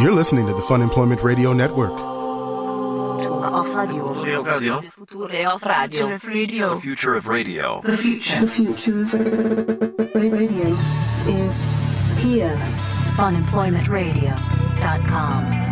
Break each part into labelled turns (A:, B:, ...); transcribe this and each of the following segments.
A: You're listening to the Fun Employment Radio Network.
B: Off radio. Future off radio.
C: The future of radio.
B: The future.
D: The future of radio is here.
E: Funemploymentradio.com.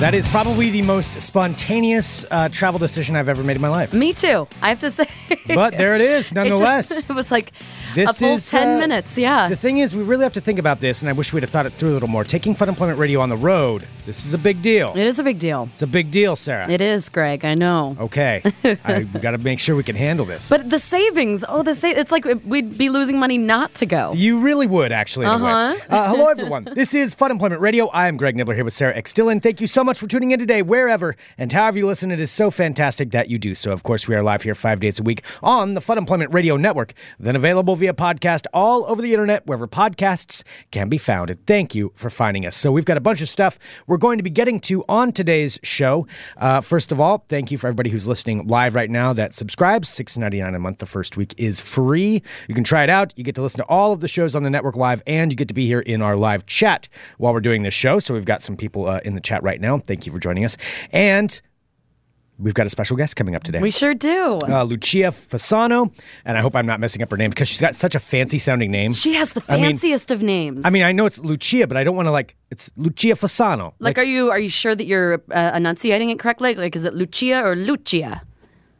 F: That is probably the most spontaneous uh, travel decision I've ever made in my life.
E: Me too. I have to say.
F: But there it is,
E: It,
F: nonetheless.
E: just, it was like
F: This
E: a full
F: is,
E: 10
F: uh,
E: minutes. Yeah.
F: The thing is, we really have to think about this, and I wish we'd have thought it through a little more. Taking Fun Employment Radio on the road, this is a big deal.
E: it is a big deal.
F: It's a big deal, Sarah.
E: It is, Greg. I know.
F: Okay. I got to make sure we can handle this.
E: But the savings, oh, the sa- it's like we'd be losing money not to go.
F: You really would, actually. in a way.
E: Uh-huh.
F: Uh, hello, everyone. this is Fun Employment Radio. I am Greg Nibbler here with Sarah X. Dillon. Thank you so much for tuning in today, wherever and however you listen. It is so fantastic that you do so. Of course, we are live here five days a week on the Fun Employment Radio Network, then available via podcast all over the internet, wherever podcasts can be found. And thank you for finding us. So we've got a bunch of stuff we're going to be getting to on today's show. Uh, first of all, thank you for everybody who's listening live right now that subscribes. Six ninety nine a month. The first week is free. You can try it out. You get to listen to all of the shows on the network live, and you get to be here in our live chat while we're doing this show. So we've got some people uh, in the chat right now. Thank you for joining us, and we've got a special guest coming up today.
E: we sure do.
F: uh, Lucia Fasano, and I hope I'm not messing up her name because she's got such a fancy sounding name.
E: she has the
F: I mean-
E: fanciest of names.
F: I mean, I know it's Lucia, but I don't want to like. It's Lucia Fasano.
E: like, are you are you sure that you're uh, enunciating it correctly? Like, is it Lucia or Lucia?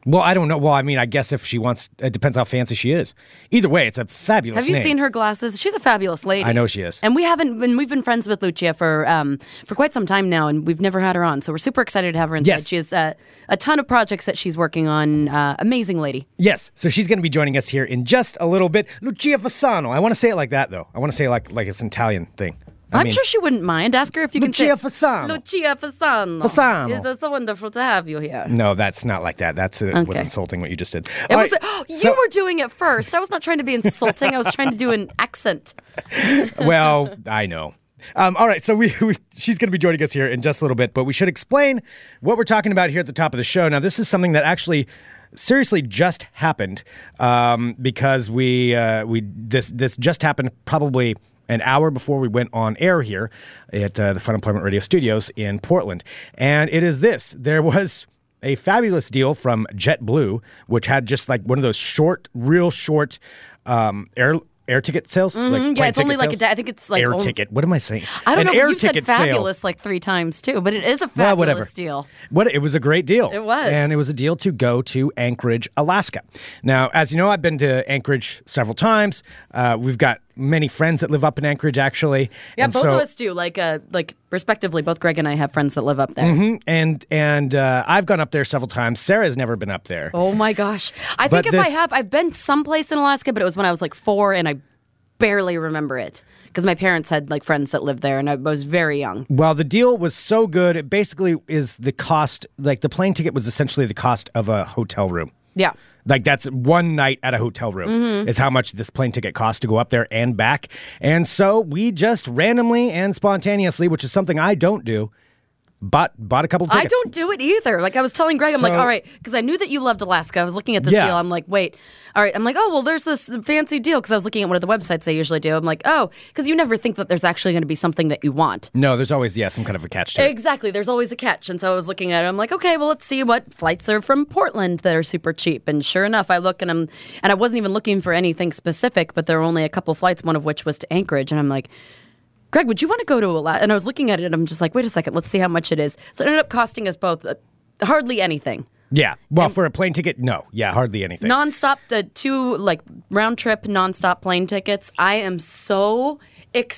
F: well, I don't know. Well, I mean, I guess if she wants, it depends how fancy she is. Either way, it's a fabulous.
E: Have you
F: name.
E: seen her glasses? She's a fabulous lady.
F: I know she is.
E: And we haven't been we've been friends with Lucia for um for quite some time now and we've never had her on. So we're super excited to have her inside.
F: Yes.
E: She has uh, a ton of projects that she's working on. Uh, amazing lady.
F: Yes, so she's going to be joining us here in just a little bit. Lucia Fasano. I want to say it like that though. I want to say it like like it's an Italian thing. I
E: I'm
F: mean,
E: sure she wouldn't mind. Ask her if you
F: Lucia
E: can say
F: Fasano.
E: Lucia Fasano.
F: Fasano. Mm.
E: It's so wonderful to have you here.
F: No, that's not like that. That's it was
E: Okay.
F: insulting what you just did.
E: It
F: All
E: was, oh,
F: right,
E: you
F: so-
E: were doing it first. I was not trying to be insulting. I was trying to do an accent.
F: well, I know. Um, all right, so we, we she's going to be joining us here in just a little bit, but we should explain what we're talking about here at the top of the show. Now, this is something that actually seriously just happened um, because we uh, we this this just happened probably an hour before we went on air here at uh, the Fun Employment Radio Studios in Portland, and it is this: there was a fabulous deal from JetBlue, which had just like one of those short, real short um, air air ticket sales. like
E: yeah,
F: plane
E: it's only
F: ticket
E: like a
F: sales.
E: day- I think it's like
F: air
E: only-
F: ticket. What am I saying?
E: I don't
F: An
E: know.
F: air
E: but you've
F: ticket
E: said fabulous
F: sale.
E: like three times too, but it is a
F: Well,
E: fabulous
F: whatever.
E: deal.
F: What it was a great deal.
E: It was.
F: and it was a deal to go to Anchorage, Alaska. Now, as you know, I've been to Anchorage several times. Uh, we've got many friends that live up in Anchorage, actually.
E: Yeah,
F: And
E: both
F: so-
E: of us do. Like, uh, like respectively, both Greg and I have friends that live up there.
F: Mm-hmm. And and uh, I've gone up there several times. Sarah's never been up there.
E: Oh my gosh! I
F: But
E: think if I
F: this-
E: have, I've been someplace in Alaska, but it was when I was like four, and I barely remember it because my parents had like friends that lived there, and I was very young.
F: Well, the deal was so good. It basically is the cost, like the plane ticket was essentially the cost of a hotel room.
E: Yeah.
F: Like that's one night at a hotel room
E: Mm-hmm.
F: is how much this plane ticket costs to go up there and back. And so we just randomly and spontaneously, which is something I don't do, bought bought a couple tickets.
E: I don't do it either. Like I was telling Greg, I'm like,
F: So-
E: all right, because I knew that you loved Alaska. I was looking at this
F: Yeah.
E: deal. I'm like, wait, all right. I'm like, oh well, there's this fancy deal because I was looking at one of the websites I usually do. I'm like, oh, because you never think that there's actually going to be something that you want.
F: No, there's always yeah some kind of a catch to it.
E: Exactly. There's always a catch. And so I was looking at it. I'm like, okay, well, let's see what flights are from Portland that are super cheap. And sure enough, I look and I'm, and I wasn't even looking for anything specific, but there were only a couple flights, one of which was to Anchorage. And I'm like, Greg, would you want to go to Alaska? And I was looking at it and I'm just like, wait a second, let's see how much it is. So it ended up costing us both uh, hardly anything.
F: Yeah. Well, for a plane ticket, no. Yeah, hardly anything.
E: Nonstop, the two like round trip nonstop plane tickets. I am so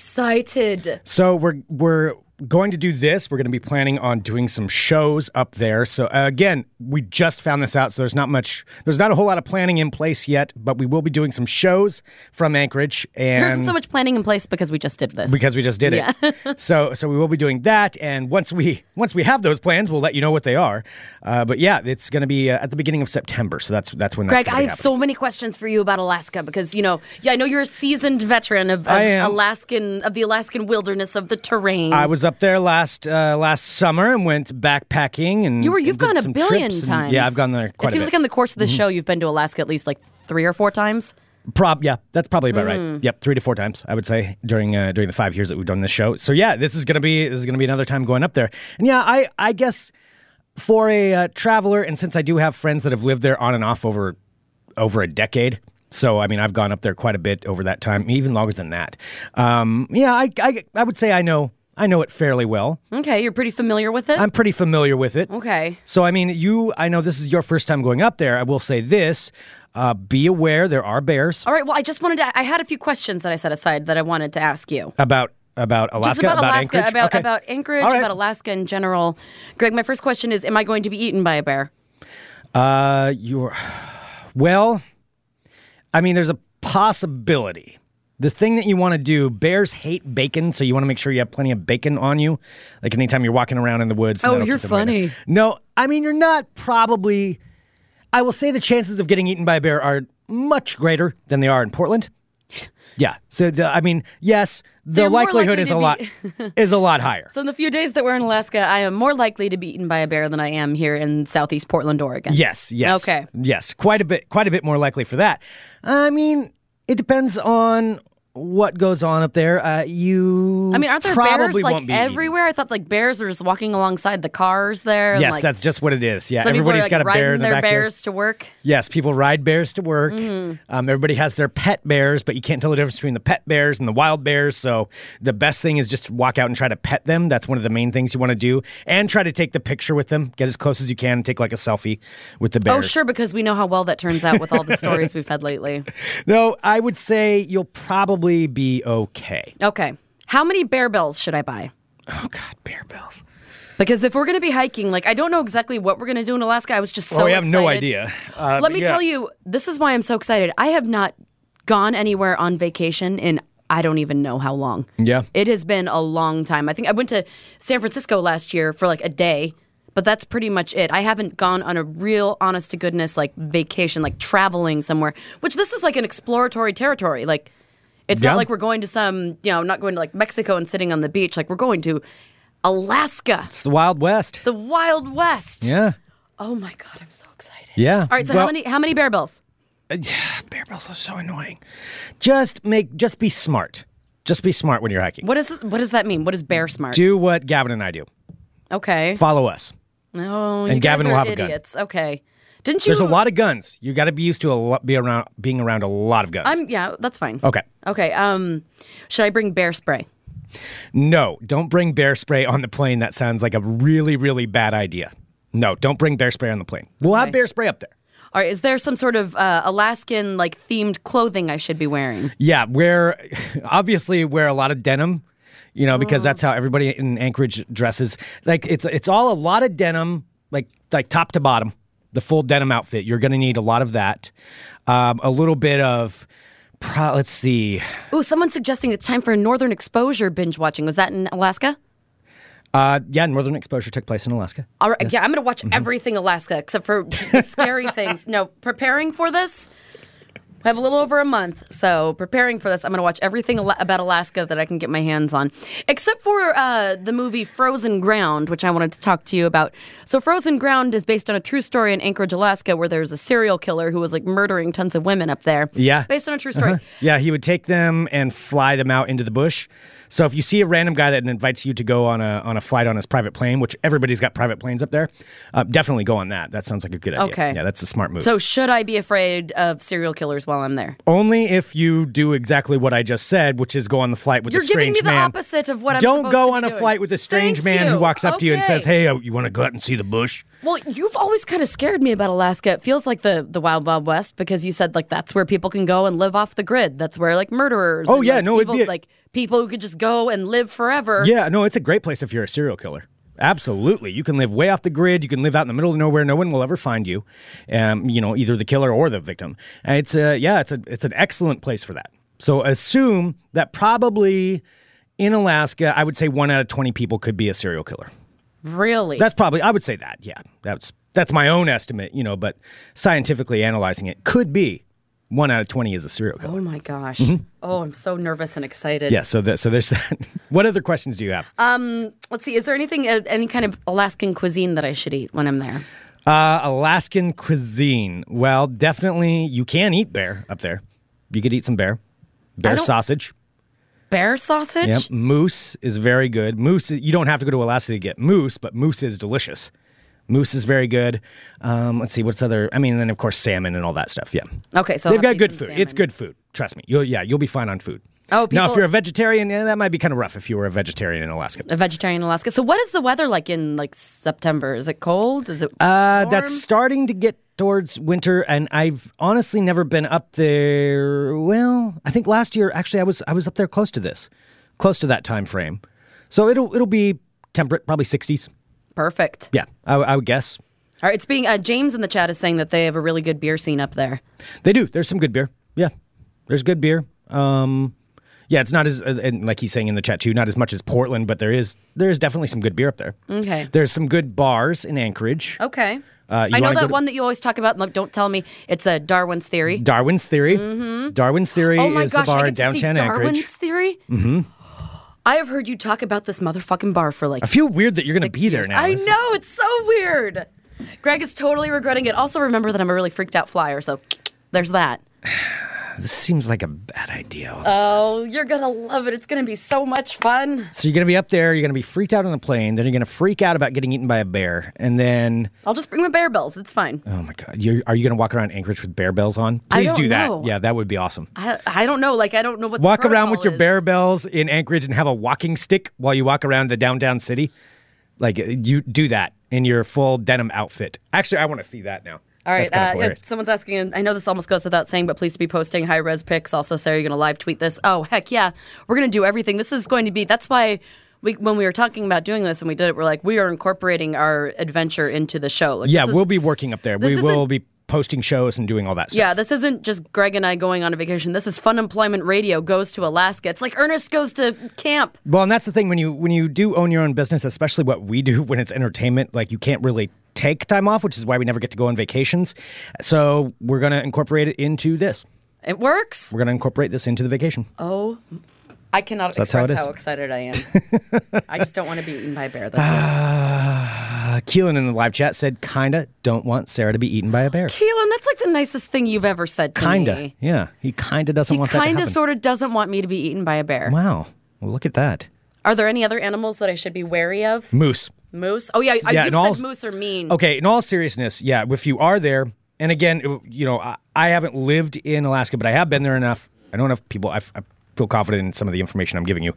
E: excited.
F: So we're we're going to do this. We're going to be planning on doing some shows up there. So uh, again, we just found this out. So there's not much, there's not a whole lot of planning in place yet. But we will be doing some shows from Anchorage,
E: There
F: and
E: isn't so much planning in place because we just did this.
F: because we just did it. so so we will be doing that. And once we once we have those plans, we'll let you know what they are. Uh, but yeah, it's going to be uh, at the beginning of September. So that's that's when.
E: Greg,
F: that's
E: I
F: gonna be
E: have so many questions for you about Alaska because you know, yeah, I know you're a seasoned veteran of, of
F: I am.
E: Alaskan of the Alaskan wilderness of the terrain.
F: I was up there last uh, last summer and went backpacking and
E: you were
F: and
E: you've
F: did
E: gone a
F: some
E: billion
F: trips
E: times.
F: and- yeah, I've gone there quite
E: it seems
F: a bit. Mm-hmm.
E: like on the course of the show, you've been to Alaska at least like three or four times.
F: Prob yeah, that's probably about right. Yep, three to four times I would say during uh, during the five years that we've done this show. So yeah, this is gonna be this is gonna be another time going up there. And yeah, I I guess for a uh, traveler, and since I do have friends that have lived there on and off over over a decade. So I mean, I've gone up there quite a bit over that time, even longer than that. Um, yeah, I, I I would say I know I know it fairly well.
E: Okay, you're pretty familiar with it.
F: I'm pretty familiar with it.
E: okay.
F: So, I mean, you, I know this is your first time going up there. I will say this uh, be aware there are bears
E: All right. Well, I just wanted to. I had a few questions that I set aside that I wanted to ask you.
F: about. About Alaska,
E: Just about, Alaska,
F: Anchorage,
E: about
F: Okay.
E: about Anchorage,
F: All right.
E: about Alaska in general. Greg, my first question is: Am I going to be eaten by a bear?
F: Uh, you're well. I mean, there's a possibility. The thing that you want to do, bears hate bacon, so you want to make sure you have plenty of bacon on you. Like anytime you're walking around in the woods.
E: Oh,
F: that'll
E: you're
F: keep them right
E: funny.
F: there. no, I mean you're not probably. I will say the chances of getting eaten by a bear are much greater than they are in Portland. Yeah. So the, I mean, yes, the
E: you're more
F: likelihood
E: likely
F: is a
E: to
F: lot is a lot higher.
E: So in the few days that we're in Alaska, I am more likely to be eaten by a bear than I am here in Southeast Portland, Oregon.
F: Yes, yes.
E: Okay.
F: Yes, quite a bit quite a bit more likely for that. I mean, it depends on what goes on up there. Uh, you
E: I mean, aren't there
F: probably
E: bears like
F: won't be eaten.
E: everywhere? I thought like bears are just walking alongside the cars there. and,
F: Yes,
E: like,
F: that's just what it is. Yeah,
E: some people are,
F: everybody's
E: like,
F: got a
E: riding
F: bear in the
E: their
F: backyard.
E: bears Mm-hmm. to work.
F: Yes, people ride bears to work. Um, everybody has their pet bears, but you can't tell the difference between the pet bears and the wild bears. So the best thing is just walk out and try to pet them. That's one of the main things you want to do, and try to take the picture with them. Get as close as you can and take like a selfie with the bears.
E: Oh, sure, because we know how well that turns out with all the stories we've had lately.
F: No, I would say you'll probably be okay.
E: Okay, how many bear bells should I buy?
F: Oh God, bear bells.
E: Because if we're going to be hiking, like I don't know exactly what we're going to do in Alaska. I was just so
F: well, we have no
E: excited.
F: idea. Uh,
E: Let me
F: yeah.
E: tell you, this is why I'm so excited. I have not gone anywhere on vacation in I don't even know how long.
F: Yeah.
E: It has been a long time. I think I went to San Francisco last year for like a day, but that's pretty much it. I haven't gone on a real honest to goodness like vacation, like traveling somewhere, which this is like an exploratory territory. Like it's
F: Yeah.
E: not like we're going to some, you know, not going to like Mexico and sitting on the beach. Like we're going to Alaska,
F: it's the Wild West.
E: the Wild West.
F: yeah,
E: Oh my God, I'm so excited.
F: yeah.
E: All right, so how many how many bear bells?
F: bear bells are so annoying? Just make, just be smart. Just be smart when you're hiking.
E: What is what does that mean? What is bear smart?
F: Do what Gavin and I do.
E: okay.
F: Follow us.
E: No,
F: And
E: you
F: Gavin
E: guys
F: will
E: are
F: have a gun.
E: idiots. Okay. Didn't you?
F: There's a lot of guns. You got to be used to a lot, be around being around a lot of guns.
E: I'm Um, yeah, that's fine.
F: okay.
E: Okay. Um, should I bring bear spray?
F: No, don't bring bear spray on the plane. That sounds like a really, really bad idea. No, don't bring bear spray on the plane. We'll have bear spray up there.
E: Or is there some sort of uh, Alaskan like themed clothing I should be wearing?
F: Yeah, wear obviously wear a lot of denim, you know, because that's how everybody in Anchorage dresses. Like it's it's all a lot of denim, like like top to bottom, the full denim outfit. You're going to need a lot of that. Um, a little bit of, pro, let's see,
E: Ooh, someone's suggesting it's time for Northern Exposure binge watching. Was that in Alaska?
F: uh, yeah, Northern Exposure took place in Alaska.
E: All right, yeah, I'm gonna watch everything Alaska except for the scary things. No, preparing for this, I have a little over a month, so preparing for this, I'm gonna watch everything Ala- about Alaska that I can get my hands on, except for uh, the movie Frozen Ground, which I wanted to talk to you about. So, Frozen Ground is based on a true story in Anchorage, Alaska, where there's a serial killer who was like murdering tons of women up there.
F: Yeah. Uh-huh.
E: based on a true story.
F: Yeah, he would take them and fly them out into the bush. So if you see a random guy that invites you to go on a on a flight on his private plane, which everybody's got private planes up there, uh, definitely go on that. That sounds like a good idea.
E: Okay.
F: Yeah, that's a smart move.
E: So, should I be afraid of serial killers while I'm there?
F: Only if you do exactly what I just said, which is go on the flight with
E: You're
F: a
E: giving
F: strange
E: me the
F: man.
E: opposite of what I'm
F: Don't
E: supposed
F: go
E: to be
F: on a
E: doing.
F: flight with a strange
E: Thank
F: man who
E: you.
F: walks up to you and
E: Okay.
F: says, "Hey, uh, you want to go out and see the bush?"
E: Well, you've always kind of scared me about Alaska. It feels like the the Wild Wild West because you said like that's where people can go and live off the grid. That's where like murderers.
F: Oh,
E: and,
F: yeah,
E: like,
F: no, it'd
E: people,
F: be a-
E: like people who could just go and live forever.
F: Yeah, no, it's a great place if you're a serial killer. Absolutely, you can live way off the grid. You can live out in the middle of nowhere. No one will ever find you. Um, you know, either the killer or the victim. And it's a yeah, it's a it's an excellent place for that. So assume that probably in Alaska, I would say one out of twenty people could be a serial killer.
E: really.
F: That's probably I would say that. Yeah, that's that's my own estimate, you know. But scientifically analyzing it, could be one out of twenty is a serial killer.
E: oh my gosh.
F: Mm-hmm.
E: Oh, I'm so nervous and excited.
F: Yeah. So that so there's that. what other questions do you have?
E: Um, Let's see. Is there anything uh, any kind of Alaskan cuisine that I should eat when I'm there?
F: Uh, Alaskan cuisine. Well, definitely you can eat bear up there. You could eat some bear, bear
E: don't-
F: sausage.
E: Bear sausage?
F: Yep. Moose is very good. Moose, you don't have to go to Alaska to get moose, but moose is delicious. Moose is very good. Um, let's see, what's other? I mean, and then of course salmon and all that stuff. Yeah.
E: Okay, so I'll
F: They've
E: have
F: got
E: to
F: good
E: eat
F: food.
E: some
F: It's
E: salmon.
F: good food. Trust me. You'll, yeah, you'll be fine on food.
E: Oh,
F: now if
E: people-
F: you're a vegetarian, yeah, that might be kind of rough if you were a vegetarian in Alaska.
E: A vegetarian in Alaska. So what is the weather like in like September? Is it cold? Is it
F: Uh,
E: warm?
F: that's starting to get towards winter, and I've honestly never been up there. Well, I think last year actually I was I was up there close to this, close to that time frame. So it'll it'll be temperate, probably sixties.
E: perfect.
F: Yeah, I, I would guess
E: All right, it's being uh, James in the chat is saying that they have a really good beer scene up there.
F: they do. There's some good beer. Yeah, there's good beer. Um, yeah, it's not as uh, and like he's saying in the chat too, not as much as Portland, but there is there is definitely some good beer up there.
E: Okay.
F: there's some good bars in Anchorage.
E: Okay.
F: Uh, you
E: Oh, I know
F: wanna go
E: that
F: to-
E: one that you always talk about. and Don't tell me it's a Darwin's theory.
F: Darwin's Theory. Darwin's Theory
E: oh my
F: is
E: gosh,
F: the bar
E: I
F: in
E: get to see
F: downtown
E: Darwin's
F: Anchorage.
E: theory. Mm-hmm. I have heard you talk about this motherfucking bar for like.
F: I feel weird that you're going to
E: six
F: be there
E: years.
F: now.
E: I
F: This is-
E: know it's so weird. Greg is totally regretting it. Also, remember that I'm a really freaked out flyer, so there's that.
F: This seems like a bad idea.
E: Oh, you're gonna love it. It's gonna be so much fun.
F: so you're going to be up there. You're going to be freaked out on the plane. Then you're going to freak out about getting eaten by a bear. And then,
E: I'll just bring my bear bells. It's fine.
F: oh my God, you're, are you going to walk around Anchorage with bear bells on?
E: I
F: Please
E: don't
F: do that.
E: know.
F: Yeah, that would be awesome.
E: I, I don't know. Like I don't know what. the
F: Walk around with
E: protocol
F: your
E: is.
F: bear bells in Anchorage and have a walking stick while you walk around the downtown city. Like uh, you do that in your full denim outfit. Actually, I want to see that now.
E: All right.
F: That's kinda
E: Uh,
F: hilarious.
E: if someone's asking, and I know this almost goes without saying, but please be posting high res pics. Also, Sarah, you're going to live tweet this. Oh, heck yeah. We're going to do everything. This is going to be, that's why we, when we were talking about doing this and we did it, we're like, we are incorporating our adventure into the show. Like,
F: yeah,
E: this is-
F: we'll be working up there. We
E: this
F: will
E: isn't-
F: be posting shows and doing all that stuff.
E: Yeah, this isn't just Greg and I going on a vacation. This is Fun Employment Radio goes to Alaska. It's like Ernest goes to camp.
F: Well, and that's the thing when you when you do own your own business, especially what we do when it's entertainment, like you can't really take time off, which is why we never get to go on vacations. So we're gonna incorporate it into this.
E: It works.
F: We're gonna incorporate this into the vacation.
E: Oh, I cannot
F: that's how
E: express
F: it is.
E: how, excited I am. I just don't want to be eaten by a bear. That's it.
F: Uh, Keelan in the live chat said, "Kinda don't want Sarah to be eaten by a bear."
E: Keelan, that's like the nicest thing you've ever said to
F: Kinda,
E: me.
F: yeah. He kinda doesn't want
E: he
F: that to
E: kind of
F: happen.
E: sort of doesn't want me to be eaten by a bear.
F: wow, well, look at that
E: Are there any other animals that I should be wary of?
F: moose.
E: Moose? Oh yeah, I
F: Yeah,
E: you
F: and Oh.
E: said
F: all-
E: moose are mean.
F: Okay, in all seriousness, yeah, if you are there, and again, it- you know, I, I haven't lived in Alaska, but I have been there enough. I know enough people. I, f- I feel confident in some of the information I'm giving you.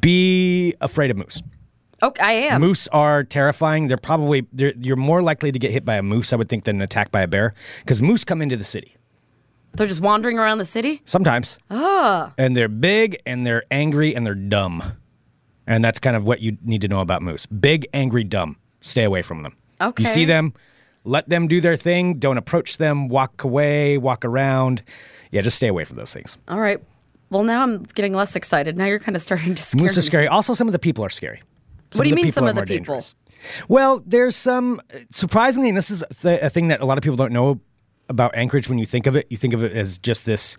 F: Be afraid of moose.
E: Okay, I am.
F: Moose are terrifying. They're probably they're, you're more likely to get hit by a moose, I would think, than an attack by a bear, because moose come into the city
E: They're just wandering around the city.
F: sometimes, and they're big and they're angry and they're dumb, and that's kind of what you need to know about moose: big, angry, dumb. Stay away from them.
E: Okay.
F: You see them, let them do their thing. Don't approach them. Walk away. Walk around. Yeah, just stay away from those things.
E: All right. Well, now I'm getting less excited. Now you're kind of starting to scare
F: Moose
E: me.
F: are scary. Also, some of the people are scary.
E: What do you mean, some
F: are
E: of the
F: more
E: people?
F: dangerous. Well, there's some surprisingly, and this is th- a thing that a lot of people don't know about Anchorage. When you think of it, you think of it as just this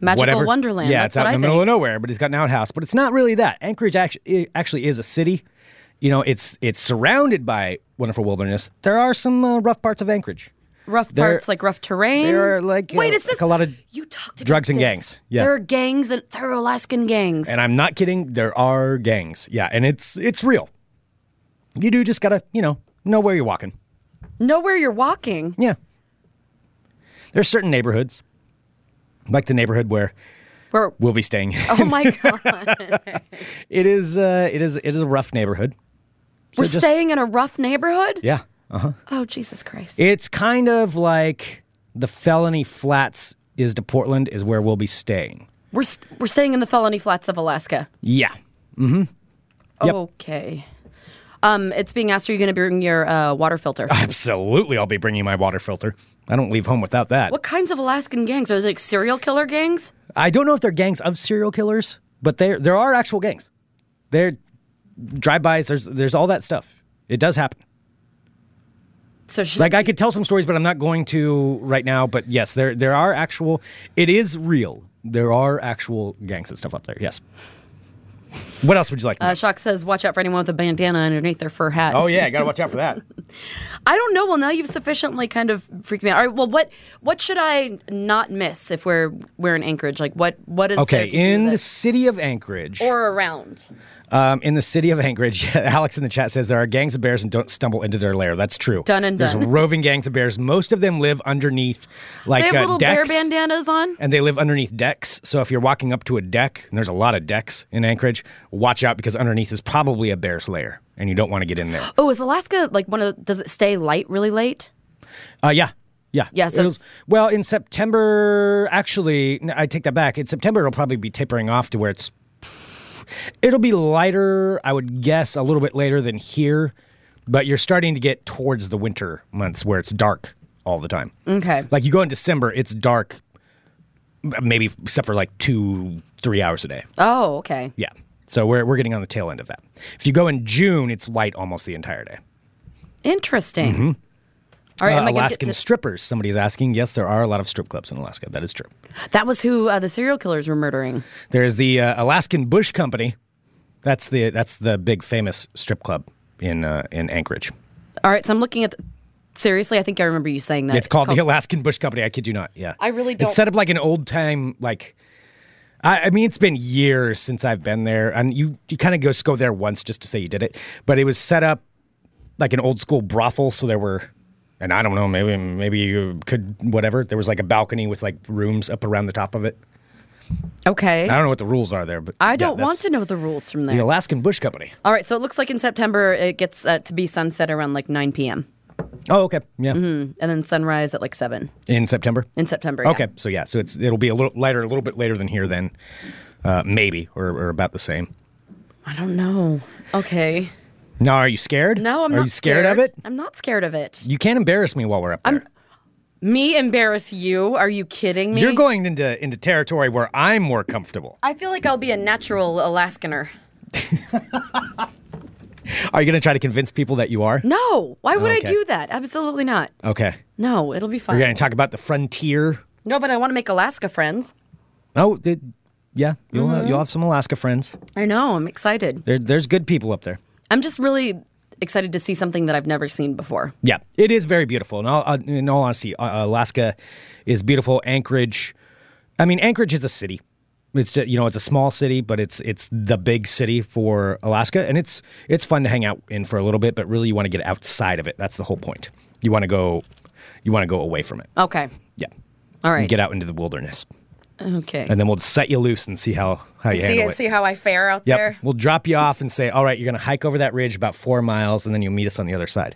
E: Magical
F: whatever-
E: wonderland.
F: Yeah,
E: That's
F: it's out
E: what
F: in
E: I
F: the middle of
E: think.
F: nowhere, but it's got an outhouse. But it's not really that. Anchorage actually, actually is a city. You know, it's it's surrounded by wonderful wilderness. There are some uh, rough parts of Anchorage.
E: Rough
F: They're-
E: parts, like rough terrain.
F: they're like, uh,
E: wait, is
F: like
E: this
F: a lot of
E: you talked about
F: drugs and
E: this.
F: gangs. Yeah.
E: there are gangs and there are Alaskan gangs.
F: And I'm not kidding. There are gangs. Yeah, and it's it's real. You do just gotta you know know where you're walking.
E: know where you're walking.
F: Yeah. There's certain neighborhoods, like the neighborhood where
E: Where?
F: we'll be staying.
E: Oh my god,
F: it is uh, it is it is a rough neighborhood. So
E: we're
F: just-
E: staying in a rough neighborhood.
F: Yeah.
E: Oh Jesus Christ.
F: It's kind of like the felony flats is to Portland is where we'll be staying.
E: We're st- we're staying in the felony flats of Alaska.
F: Yeah. Yep.
E: Okay. Um, it's being asked, are you going to bring your uh, water filter?
F: Absolutely, I'll be bringing my water filter. I don't leave home without that.
E: what kinds of Alaskan gangs? Are they like serial killer gangs?
F: I don't know if they're gangs of serial killers, but there there are actual gangs. They're drive-bys. There's there's all that stuff. It does happen.
E: So should,
F: Like I could tell some stories, but I'm not going to right now. But yes, there there are actual. It is real. There are actual gangs and stuff up there. Yes. What else would you like? to
E: Uh,
F: know?
E: Shock says, watch out for anyone with a bandana underneath their fur hat.
F: oh yeah, gotta watch out for that.
E: I don't know. Well, now you've sufficiently kind of freaked me out. All right. Well, what what should I not miss if we're we're in Anchorage? Like, what what is
F: Okay,
E: there to
F: in
E: do
F: the
E: that-
F: city of Anchorage,
E: or around?
F: um, in the city of Anchorage, Alex in the chat says there are gangs of bears and don't stumble into their lair. That's true.
E: Done and
F: There's
E: done.
F: roving gangs of bears. Most of them live underneath, like
E: They have
F: uh,
E: little bear
F: decks.
E: bandanas on.
F: and they live underneath decks. So if you're walking up to a deck, and there's a lot of decks in Anchorage, watch out because underneath is probably a bear's lair, and you don't want to get in there.
E: Oh, is Alaska like one of? Does it stay light really late?
F: Uh, yeah. Yeah.
E: Yeah, so
F: It'll-
E: it's-
F: well, in September, actually, no, I take that back. In September, it'll probably be tapering off to where it's. It'll be lighter, I would guess, a little bit later than here, but you're starting to get towards the winter months where it's dark all the time.
E: Okay.
F: Like you go in December, it's dark, m- maybe except for like two, three hours a day.
E: Oh, okay.
F: Yeah. So we're, we're getting on the tail end of that. If you go in June, it's light almost the entire day.
E: Interesting. All right, am
F: Mm-hmm. Uh,
E: I gonna
F: Alaskan
E: get to-
F: strippers, somebody's asking. Yes, there are a lot of strip clubs in Alaska. That is true.
E: that was who uh, the serial killers were murdering.
F: There is the uh, Alaskan Bush Company. That's the that's the big famous strip club in uh, in Anchorage.
E: All right, so I'm looking at. The, seriously, I think I remember you saying that.
F: It's called, the Alaskan Bush Company. I kid you not. Yeah,
E: I really
F: It's
E: don't-
F: set up like an old time like. I, I mean, it's been years since I've been there, and you you kind of just go there once just to say you did it. But it was set up like an old school brothel, so there were. And I don't know, maybe maybe you could whatever. There was like a balcony with like rooms up around the top of it.
E: Okay.
F: I don't know what the rules are there, but
E: I don't want to know the rules from
F: The
E: there.
F: Alaskan Bush Company.
E: All right, so it looks like in September it gets uh, to be sunset around like 9 p.m.
F: Oh, okay, yeah,
E: Mm-hmm. and then sunrise at like 7
F: in September.
E: in September. yeah.
F: Okay, so yeah, so it's it'll be a little lighter, a little bit later than here, then uh, maybe or, or about the same.
E: I don't know. Okay.
F: Now, are you scared?
E: No, I'm
F: are
E: not
F: you scared, of it?
E: I'm not scared of it.
F: You can't embarrass me while we're up there.
E: Me embarrass you? Are you kidding me?
F: You're going into into territory where I'm more comfortable.
E: I feel like I'll be a natural Alaskaner.
F: Are you going to try to convince people that you are?
E: Mm-hmm. No. Why would
F: Okay.
E: I do that? Absolutely not.
F: Okay,
E: No, it'll be fine.
F: we're going to talk about the frontier.
E: No, but I want to make Alaska friends.
F: Oh, th- yeah, you'll
E: Mm-hmm.
F: have, you'll have some Alaska friends.
E: I know. I'm excited.
F: There, there's good people up there.
E: I'm just really excited to see something that I've never seen before.
F: Yeah, it is very beautiful. In all, uh, in all honesty, uh, Alaska is beautiful. Anchorage, I mean, Anchorage is a city. It's uh, you know, it's a small city, but it's it's the big city for Alaska, and it's it's fun to hang out in for a little bit. But really, you want to get outside of it. That's the whole point. You want to go, you want to go away from it.
E: Okay.
F: Yeah,
E: All
F: and
E: right.
F: get out into the wilderness,
E: Okay.
F: and then we'll set you loose and see how how you
E: see,
F: handle it.
E: see how I fare out
F: Yep.
E: there.
F: We'll drop you off and say, all right, you're going to hike over that ridge about four miles, and then you'll meet us on the other side,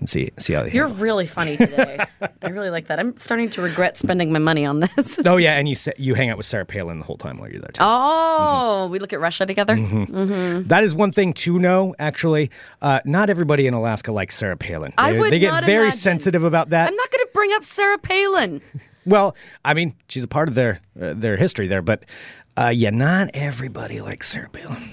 F: and see see how you
E: You're really funny today. I really like that. I'm starting to regret spending my money on this.
F: Oh yeah, and you sa- you hang out with Sarah Palin the whole time while you're there. Too.
E: Oh,
F: Mm-hmm.
E: we look at Russia together.
F: That is one thing to know. Actually, uh, not everybody in Alaska likes Sarah Palin.
E: I
F: they,
E: would
F: they get
E: not
F: very
E: imagine.
F: sensitive about that.
E: I'm not going to bring up Sarah Palin.
F: well, I mean, she's a part of their uh, their history there, but uh, yeah, not everybody likes Sarah Palin.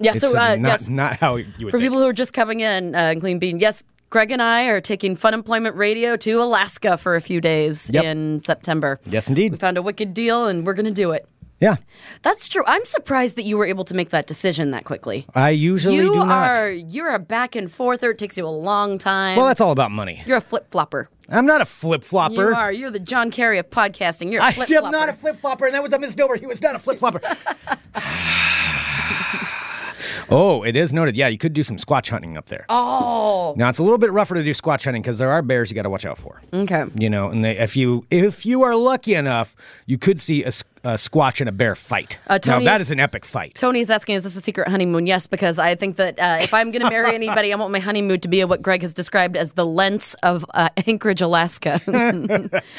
E: Yeah.
F: It's
E: so
F: uh,
E: uh,
F: not
E: yes,
F: not how you
E: for
F: would think.
E: people who are just coming in, uh, including Bean, yes, Greg and I are taking Fun Employment Radio to Alaska for a few days
F: Yep.
E: in September.
F: Yes, indeed.
E: We found a wicked deal, and we're going to do it.
F: yeah,
E: That's true. I'm surprised that you were able to make that decision that quickly.
F: I usually
E: you
F: do not.
E: are you're a back and forther. It takes you a long time.
F: Well, that's all about money.
E: you're a flip flopper.
F: I'm not a flip
E: You
F: flopper.
E: are. You're the John Kerry of podcasting. You're a
F: I
E: flip flopper.
F: am not a flip flopper, and that was a misnomer. He was not a flip flopper. oh, it is noted. Yeah, you could do some squatch hunting up there.
E: Oh.
F: Now it's a little bit rougher to do squatch hunting because there are bears you got to watch out for.
E: Okay.
F: You know, and they, if you if you are lucky enough, you could see a, s- a squatch and a bear fight.
E: Uh, Tony
F: now that
E: is-
F: is an epic fight.
E: Tony is asking, is this a secret honeymoon? Yes, because I think that uh, if I'm going to marry anybody, I want my honeymoon to be what Greg has described as the Lentz of uh, Anchorage, Alaska.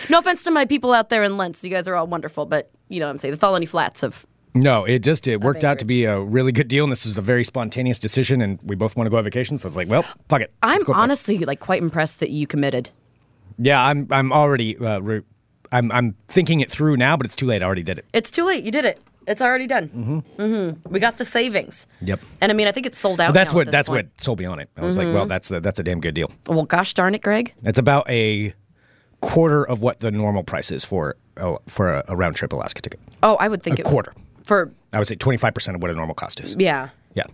E: no offense to my people out there in Lentz. You guys are all wonderful, but you know what I'm saying. The Thalany Flats of.
F: No, it just it worked out to be a really good deal, and this is a very spontaneous decision, and we both want to go on vacation, so it's like, well, fuck it.
E: I'm
F: Let's go up there.
E: honestly like quite impressed that you committed.
F: Yeah, I'm I'm already uh, re- I'm I'm thinking it through now, but it's too late. I already did it.
E: It's too late. You did it. It's already done. Mm-hmm. We got the savings.
F: Yep.
E: And I mean, I think it's sold out.
F: But that's
E: now at
F: what
E: this
F: that's
E: point. Mm-hmm.
F: what sold me on it. I was like, well, that's a, that's a damn good deal.
E: Well, gosh darn it, Greg.
F: It's about a quarter of what the normal price is for a, for a, a round trip Alaska ticket.
E: Oh, I would think
F: A
E: it
F: quarter.
E: for
F: I would say 25% of what a normal cost is.
E: yeah.
F: Yeah.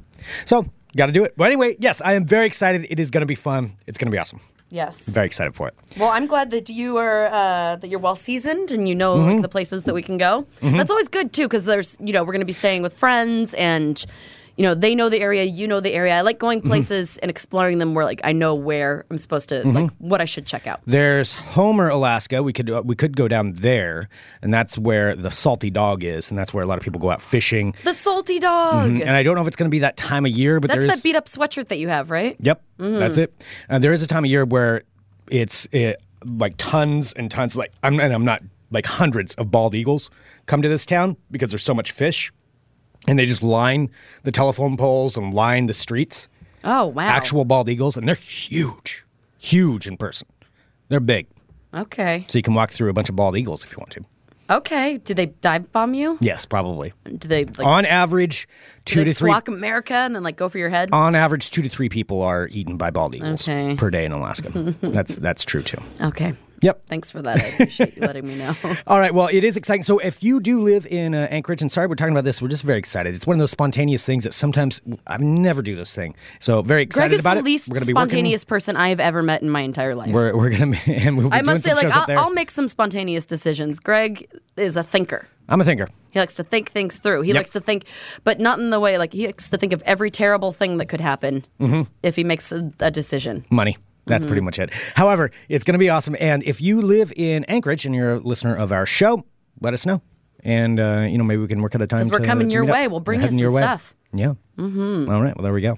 F: So, got to do it. But anyway, yes, I am very excited. It is going to be fun. It's going to be awesome.
E: Yes.
F: Very excited for it.
E: Well, I'm glad that you are uh, that you're well seasoned and you know
F: Mm-hmm.
E: like, the places that we can go. That's always good too because there's you know we're going to be staying with friends and you know they know the area, you know the area. I like going
F: Mm-hmm.
E: places and exploring them where like I know where I'm supposed to like
F: Mm-hmm.
E: what I should check out.
F: There's Homer, Alaska. We could uh, we could go down there, and that's where the salty dog is, and that's where a lot of people go out fishing.
E: The salty dog.
F: Mm-hmm. And I don't know if it's going to be that time of year, but
E: That's
F: there is
E: that beat up sweatshirt that you have, right?
F: Yep, that's it. Uh, there is a time of year where it's it, like tons and tons, like I'm and I'm not like hundreds of bald eagles come to this town because there's so much fish, and they just line the telephone poles and line the streets.
E: Oh wow.
F: Actual bald eagles, and they're huge, huge in person. They're big,
E: Okay.
F: so you can walk through a bunch of bald eagles if you want to.
E: Okay. Did they dive bomb you?
F: Yes, probably.
E: Do they like
F: on average,
E: do
F: two
E: they
F: to three.
E: squawk America and then like go for your head?
F: on average, two to three people are eaten by bald eagles
E: Okay.
F: per day in Alaska. that's that's true too.
E: Okay.
F: Yep.
E: Thanks for that. I appreciate you letting me know.
F: All right. Well, it is exciting. So if you do live in uh, Anchorage, and sorry we're talking about this, we're just very excited. It's one of those spontaneous things that sometimes I never do this thing. So very excited
E: Greg is
F: about
E: the
F: it.
E: least
F: we're gonna be
E: spontaneous person I have ever met in my entire life.
F: Working. We're we're gonna be- and we'll be
E: I must say,
F: doing some
E: like,
F: shows up there.
E: I'll, I'll make some spontaneous decisions. Greg is a thinker.
F: I'm a thinker.
E: He likes to think things through. He
F: Yep.
E: likes to think, but not in the way like he likes to think of every terrible thing that could happen
F: Mm-hmm.
E: if he makes a, a decision.
F: money. That's
E: Mm-hmm.
F: pretty much it. However, it's going to be awesome. And if you live in Anchorage and you're a listener of our show, let us know. And, uh, you know, maybe we can work out a time.
E: we're
F: to-
E: coming
F: to
E: your
F: meet up.
E: way. We'll bring
F: We're
E: you
F: heading your
E: some
F: way.
E: stuff.
F: Yeah. Mm-hmm. All right. Well, there we go.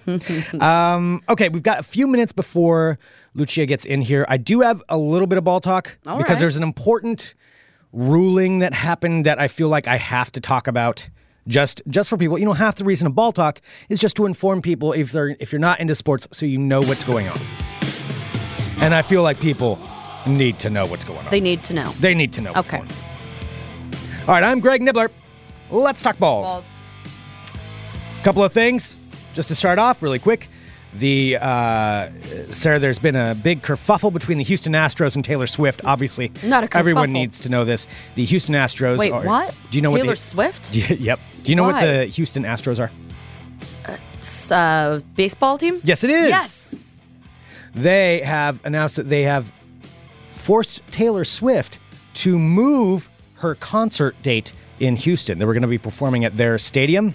F: um, okay. We've got a few minutes before Lucia gets in here. I do have a little bit of ball talk
E: All
F: because
E: right.
F: there's an important ruling that happened that I feel like I have to talk about just just for people. You know, half the reason of ball talk is just to inform people if they're if you're not into sports so you know what's going on. And I feel like people need to know what's going on.
E: They need to know.
F: They need to know what's
E: Okay.
F: going on. All right, I'm Greg Nibbler. Let's talk balls. A couple of things just to start off really quick. The uh, Sarah, there's been a big kerfuffle between the Houston Astros and Taylor Swift. Obviously,
E: Not a kerfuffle.
F: everyone needs to know this. The Houston Astros.
E: Wait,
F: are,
E: what?
F: Do you know
E: Taylor
F: what the,
E: Swift?
F: Do you- yep. Do you know what
E: Why?
F: the Houston Astros are?
E: It's, uh, baseball team?
F: Yes, it is.
E: Yes.
F: they have announced that they have forced Taylor Swift to move her concert date in Houston. They were going to be performing at their stadium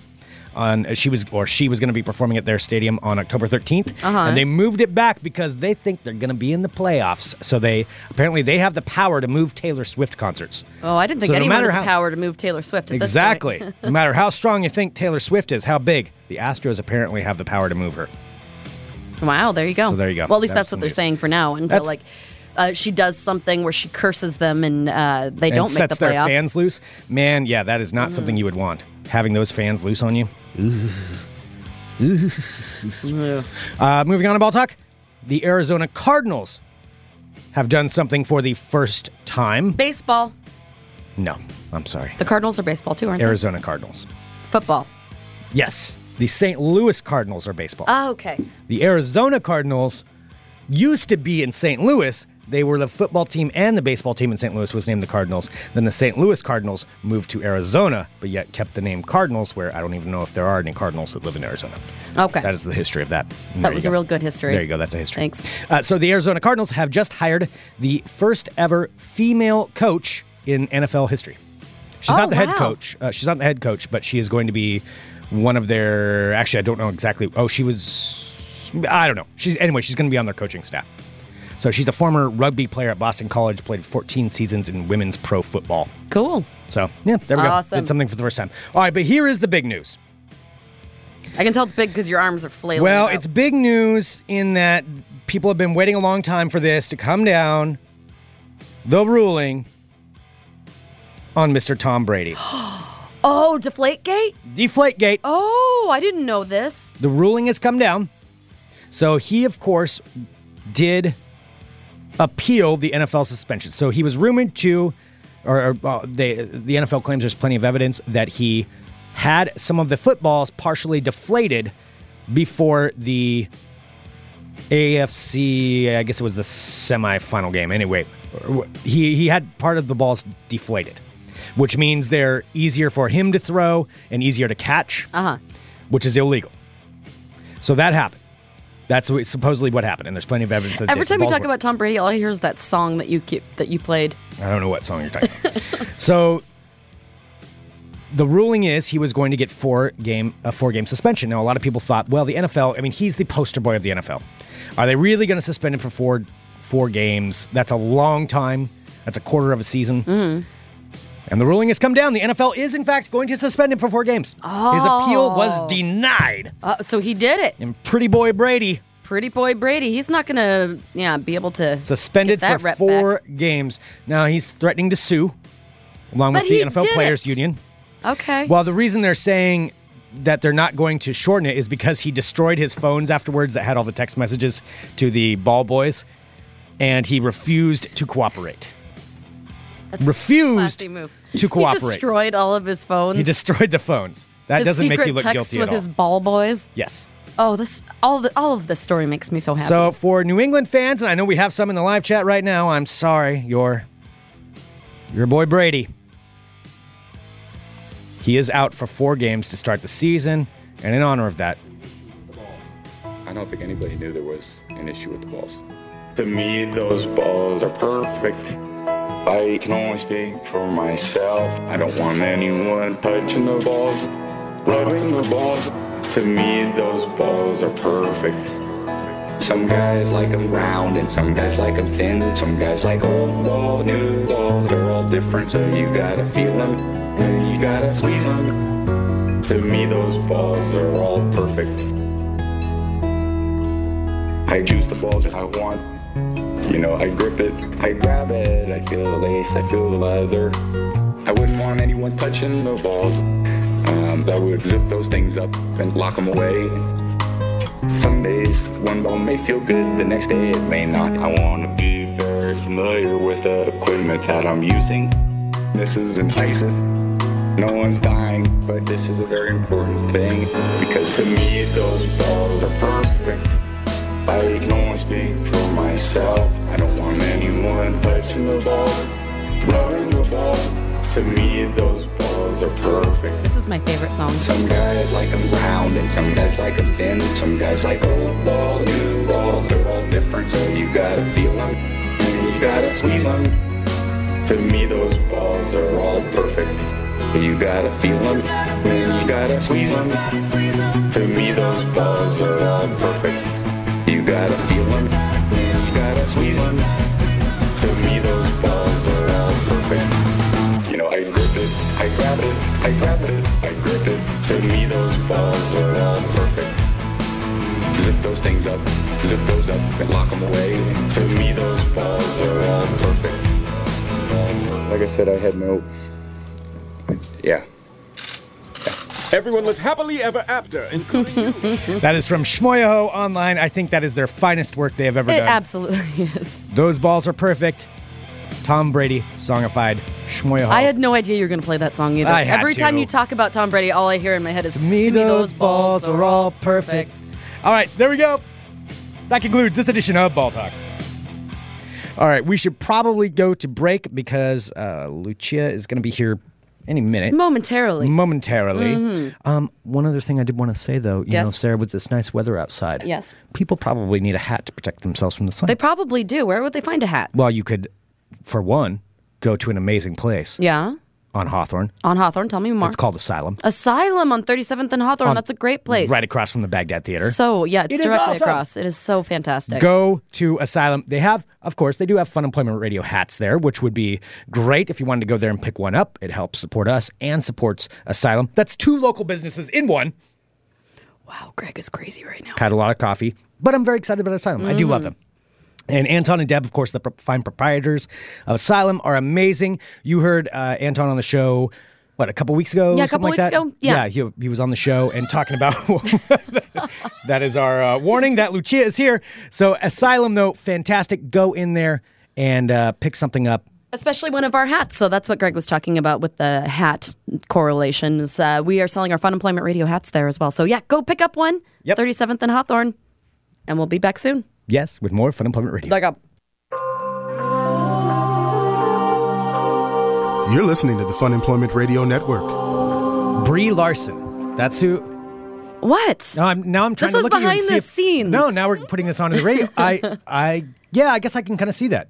F: on she was or she was going to be performing at their stadium on October 13th
E: Uh-huh.
F: and they moved it back because they think they're going to be in the playoffs. So they apparently they have the power to move Taylor Swift concerts.
E: Oh, I didn't think
F: So no
E: anyone
F: matter
E: had the
F: how-
E: power to move Taylor Swift. At
F: Exactly.
E: This point.
F: no matter how strong you think Taylor Swift is, how big, the Astros apparently have the power to move her.
E: Wow, there you go.
F: So there you go.
E: Well, at least
F: That was
E: that's what
F: some
E: they're
F: news.
E: saying for now until
F: That's-
E: like uh, she does something where she curses them and uh, they
F: and
E: don't make
F: sets
E: the playoffs.
F: their fans loose. Man, yeah, that is not something you would want. Having those fans loose on you. uh, moving on to ball talk. The Arizona Cardinals have done something for the first time.
E: Baseball.
F: No, I'm sorry.
E: The Cardinals are baseball too, aren't
F: Arizona Cardinals.
E: they? Football.
F: Yes, the St. Louis Cardinals are baseball.
E: Oh, okay.
F: the Arizona Cardinals used to be in St. Louis. They were the football team and the baseball team in St. Louis was named the Cardinals. Then the St. Louis Cardinals moved to Arizona, but yet kept the name Cardinals, where I don't even know if there are any Cardinals that live in Arizona.
E: Okay.
F: That is the history of that. And
E: That
F: there you
E: was a
F: go.
E: real good history.
F: There you go. That's a history.
E: Thanks.
F: Uh, so the Arizona Cardinals have just hired the first ever female coach in NFL history. She's
E: Oh,
F: not the
E: wow.
F: head coach. Uh, she's not the head coach, but she is going to be one of their. Actually, I don't know exactly. Oh, she was. I don't know. She's anyway. She's going to be on their coaching staff. So she's a former rugby player at Boston College. Played 14 seasons in women's pro football.
E: Cool.
F: So yeah, there we go.
E: Awesome.
F: Did something for the first time. All right, but here is the big news.
E: I can tell it's big because your arms are flailing.
F: Well,
E: about.
F: it's big news in that people have been waiting a long time for this to come down. The ruling on Mr. Tom Brady.
E: oh, Deflategate.
F: Deflategate.
E: Oh, I didn't know this.
F: The ruling has come down. So he, of course, did appeal the NFL suspension. So he was rumored to, or, or uh, they, the NFL claims there's plenty of evidence that he had some of the footballs partially deflated before the AFC. I guess it was the semifinal game. Anyway, he he had part of the balls deflated, which means they're easier for him to throw and easier to catch,
E: Uh huh.
F: which is illegal. So that happened. That's what, supposedly what happened, and there's plenty of evidence. That
E: Every
F: the
E: time we
F: balls
E: talk
F: were-
E: about Tom Brady, all I hear is that song that you keep that you played.
F: I don't know what song you're talking about. so the ruling is he was going to get four game a four game suspension. Now a lot of people thought, well, the NFL, I mean, he's the poster boy of the NFL. Are they really going to suspend him for four four games? That's a long time. That's a quarter of a season.
E: Mm-hmm.
F: And the ruling has come down. The NFL is in fact going to suspend him for four games. His appeal
E: Oh.
F: was denied.
E: Uh, so he did it.
F: And pretty boy Brady
E: Pretty boy Brady. He's not gonna yeah be able to
F: suspended
E: get that
F: for
E: rep
F: four games. Now he's threatening to sue along
E: But
F: with the
E: he
F: NFL
E: did
F: Players
E: it.
F: Union.
E: Back. Okay.
F: Well, the reason they're saying that they're not going to shorten it is because he destroyed his phones afterwards that had all the text messages to the ball boys, and he refused to cooperate.
E: That's a
F: refused
E: classy move.
F: to
E: He
F: cooperate.
E: destroyed all of his phones.
F: He destroyed the phones. That
E: his
F: doesn't
E: secret
F: make you look
E: text
F: guilty
E: with
F: at all.
E: his ball boys.
F: yes.
E: Oh, this all the all of this story makes me so happy.
F: So for New England fans, and I know we have some in the live chat right now. I'm sorry, your your boy Brady. He is out for four games to start the season, and in honor of that,
G: I don't think anybody knew there was an issue with the balls. To me, those balls are perfect. I can only speak for myself. I don't want anyone touching the balls, rubbing the balls. To me, those balls are perfect. Some guys like 'em round and some guys like 'em thin. Some guys like old balls, new balls. They're all different, so you gotta feel 'em and you gotta squeeze 'em. To me, those balls are all perfect. I choose the balls that I want. You know, I grip it, I grab it, I feel the lace, I feel the leather. I wouldn't want anyone touching the balls. Um, I would zip those things up and lock them away. Some days one ball may feel good, the next day it may not. I want to be very familiar with the equipment that I'm using. This is an ISIS. No one's dying, but this is a very important thing because to me those balls are perfect. I can only speak for myself. I don't want anyone touching the balls, rubbing the balls. To me, those balls are perfect.
E: this is my favorite song.
G: Some guys like 'em round and some guys like 'em thin. Some guys like old balls, new balls. They're all different, so you gotta feel 'em, and you gotta squeeze 'em. To me, those balls are all perfect. You gotta feel 'em, and you gotta squeeze 'em. To me, those balls are all perfect. You gotta feel 'em, and you gotta squeeze 'em. To me, those balls are all perfect. You know, I grip it, I grab it, I grab it, I grip it. To me, those balls are all perfect. Zip those things up, zip those up, and lock 'em away. To me, those balls are all perfect. Um, Like I said, I had no. Yeah.
H: Everyone lived happily ever after, including you.
F: that is from Shmoyaho Online. I think that is their finest work they have ever
E: It
F: done.
E: absolutely is.
F: Those balls are perfect. Tom Brady songified Shmoyaho.
E: I had no idea you were going to play that song either.
F: Oh. I had
E: Every time
F: to.
E: you talk about Tom Brady, all I hear in my head is
F: To me, those balls are all perfect. All right, there we go. That concludes this edition of Ball Talk. All right, we should probably go to break because uh, Lucia is going to be here any minute.
E: Momentarily.
F: Momentarily.
E: Mm-hmm.
F: Um, one other thing I did want to say, though, you know,
E: Yes.
F: Sarah, with this nice weather outside,
E: Yes.
F: people probably need a hat to protect themselves from the sun.
E: They probably do. Where would they find a hat?
F: well, you could, for one, go to an amazing place
E: Yeah.
F: on Hawthorne.
E: On Hawthorne. Tell me more.
F: It's called Asylum,
E: Asylum on 37th and Hawthorne. That's a great place.
F: right across from the Baghdad Theater.
E: So, yeah, it's
F: It is
E: directly
F: awesome.
E: across. It is so fantastic.
F: Go to Asylum. They have, of course, they do have Fun Employment Radio hats there, which would be great if you wanted to go there and pick one up. It helps support us and supports Asylum. That's two local businesses in one.
E: Wow, Greg is crazy right now.
F: Had a lot of coffee, but I'm very excited about Asylum. I do love
E: Mm-hmm.
F: them. And Anton and Deb, of course, the pro- fine proprietors of Asylum, are amazing. You heard uh, Anton on the show. What, a couple weeks ago?
E: Yeah, a
F: something
E: couple
F: like
E: weeks
F: that?
E: ago. Yeah.
F: he, he was on the show and talking about that is our uh, warning that Lucia is here. So, Asylum, though, fantastic. Go in there and uh, pick something up.
E: Especially one of our hats. So, that's what Greg was talking about with the hat correlation. Is uh, we are selling our Fun Employment Radio hats there as well. So, yeah, go pick up one.
F: Yep.
E: 37th and Hawthorne. And we'll be back soon.
F: Yes, with more Fun Employment Radio.
E: Like a
A: You're listening to the Fun Employment Radio Network.
F: Brie Larson. That's who.
E: What?
F: Now I'm now I'm trying
E: This
F: to
E: was
F: look at you and
E: behind
F: see
E: the
F: if-
E: scenes.
F: No, now we're putting this onto the radio. I I yeah, I guess I can kind of see that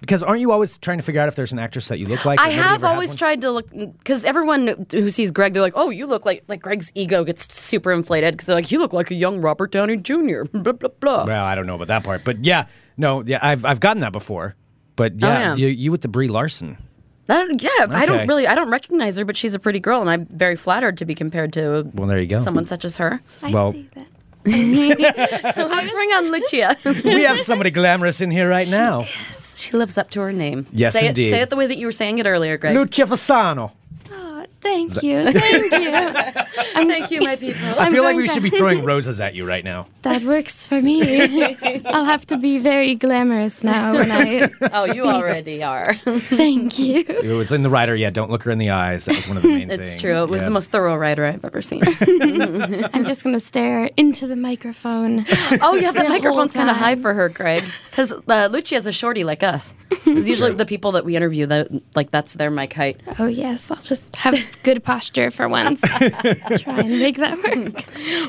F: because aren't you always trying to figure out if there's an actress that you look like? or
E: I
F: nobody
E: have
F: ever had
E: always
F: one?
E: tried to look because everyone who sees Greg, they're like, "Oh, you look like like Greg's ego gets super inflated because they're like, you look like a young Robert Downey Jr." blah blah blah.
F: Well, I don't know about that part, but yeah, no, yeah, I've I've gotten that before, but yeah,
E: Oh, yeah.
F: You, you with the Brie Larson.
E: I don't- yeah, I
F: Okay.
E: don't really, I don't recognize her, but she's a pretty girl, and I'm very flattered to be compared to
F: Well, there you go.
E: someone such as her.
I: I
F: Well-
I: see that.
E: Let's bring on Lucia.
F: we have somebody glamorous in here right now,
E: she lives up to her name.
F: Yes,
E: say
F: indeed.
E: It, say it the way that you were saying it earlier, Greg.
F: Lucia Fasano.
I: Oh, thank you, thank you.
E: Thank you, my people.
F: I
I: I'm
F: feel like
I: going
F: we should be
I: back.
F: throwing roses at you right now.
I: That works for me. I'll have to be very glamorous now when I.
E: oh, you already are.
I: Thank you.
F: It was in the writer. Yeah, don't look her in the eyes. That was one of the main things.
E: It's true. It was
F: Yeah.
E: the most thorough writer I've ever seen.
I: I'm just gonna stare into the microphone.
E: Oh yeah, that microphone's
I: whole
E: kind of high
I: time.
E: for her, Greg. Because uh, Lucia's a shorty like us. It's usually the people that we interview that like that's their mic height.
I: Oh yes, I'll just have good posture for once. Try and make that work.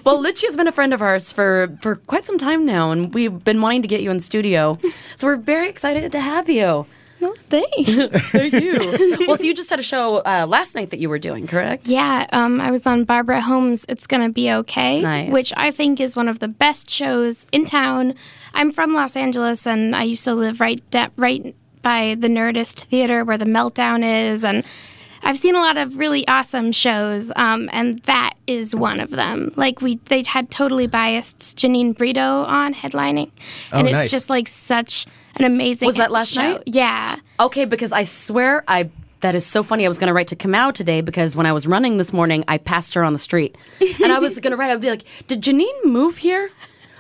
E: Well, Lucia's been a friend of ours for for quite some time now, and we've been wanting to get you in studio. So we're very excited to have you.
I: No, thanks.
E: Thank you. well, so you just had a show uh, last night that you were doing, correct?
I: Yeah, um, I was on Barbara Holmes. It's gonna be okay,
E: Nice.
I: which I think is one of the best shows in town. I'm from Los Angeles, and I used to live right da- right by the Nerdist Theater where the Meltdown is, and I've seen a lot of really awesome shows, um, and that is one of them. Like we, they had totally biased Janine Brito on headlining, and
F: nice.
I: it's just like such an amazing.
E: Was that last
I: show.
E: night?
I: Yeah.
E: Okay, because I swear I. That is so funny. I was going to write to Kamau today because when I was running this morning, I passed her on the street, and I was going to write. I'd be like, "Did Janine move here?"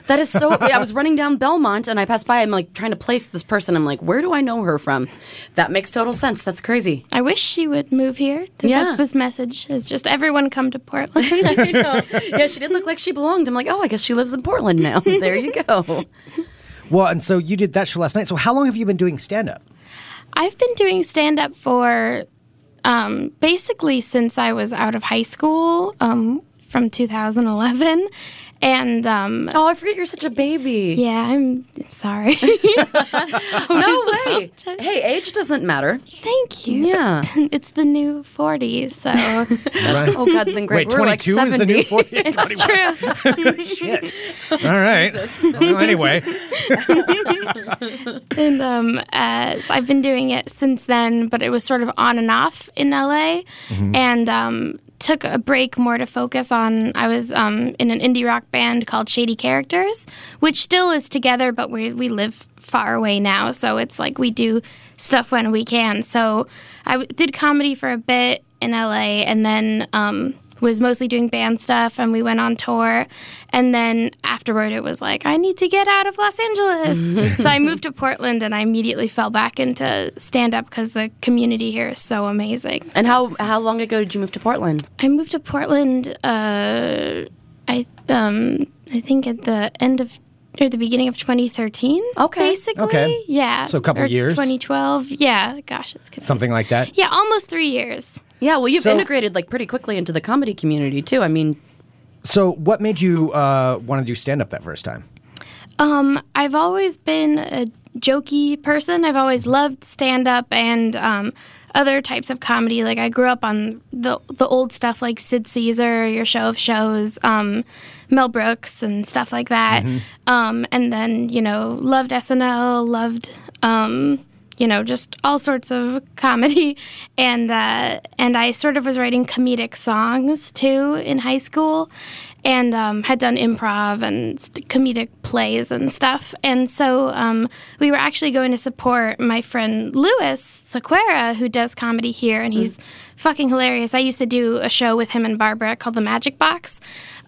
E: That is so. yeah, I was running down Belmont and I passed by. I'm like trying to place this person. I'm like, "Where do I know her from?" That makes total sense. That's crazy.
I: I wish she would move here. Th-
E: Yeah.
I: That's this message is just everyone come to Portland.
E: I know. Yeah, she did look like she belonged. I'm like, "Oh, I guess she lives in Portland now." there you go.
F: Well, and so you did that show last night. So how long have you been doing stand up?
I: I've been doing stand up for um, basically since I was out of high school um, from 2011. And um,
E: Oh, I forget you're such a baby.
I: yeah, I'm sorry.
E: No way.
I: apologize.
E: Hey, age doesn't matter.
I: Thank you.
E: Yeah.
I: it's the new 40s, so
E: Oh God, then Greg,
F: Wait,
E: we're like
F: 22
E: seventy.
F: is the new 40?
I: it's true.
F: Shit. All right. Well, anyway,
I: and um, uh, so I've been doing it since then, but it was sort of on and off in LA, and um, took a break more to focus on. I was um, in an indie rock band called Shady Characters, which still is together, but we we live far away now, so it's like we do stuff when we can. So I w- did comedy for a bit in LA, and then. Um, was mostly doing band stuff and we went on tour and then afterward it was like i need to get out of los angeles so i moved to portland and i immediately fell back into stand up because the community here is so amazing
E: And how how long ago did you move to Portland?
I: i moved to portland uh, i um, i think at the end of or the beginning of 2013
E: Okay.
I: basically
F: Okay.
I: yeah
F: So a couple
I: Or
F: years.
I: 2012 yeah gosh it's confusing.
F: something like that.
I: yeah almost three years
E: Yeah, well, you've
F: So-
E: integrated like pretty quickly into the comedy community too. I mean,
F: So what made you uh, want to do stand up that first time?
I: Um, I've always been a jokey person. I've always loved stand up and um, other types of comedy. Like I grew up on the the old stuff, like Sid Caesar, Your Show of Shows, um, Mel Brooks, and stuff like that. Um, and then you know, loved SNL, loved um, you know, just all sorts of comedy, and uh, and I sort of was writing comedic songs too in high school, and um, had done improv and st- comedic plays and stuff, and so um, we were actually going to support my friend Louis Sequeira, who does comedy here,
E: Hmm.
I: and he's fucking hilarious. I used to do a show with him and Barbara called The Magic Box,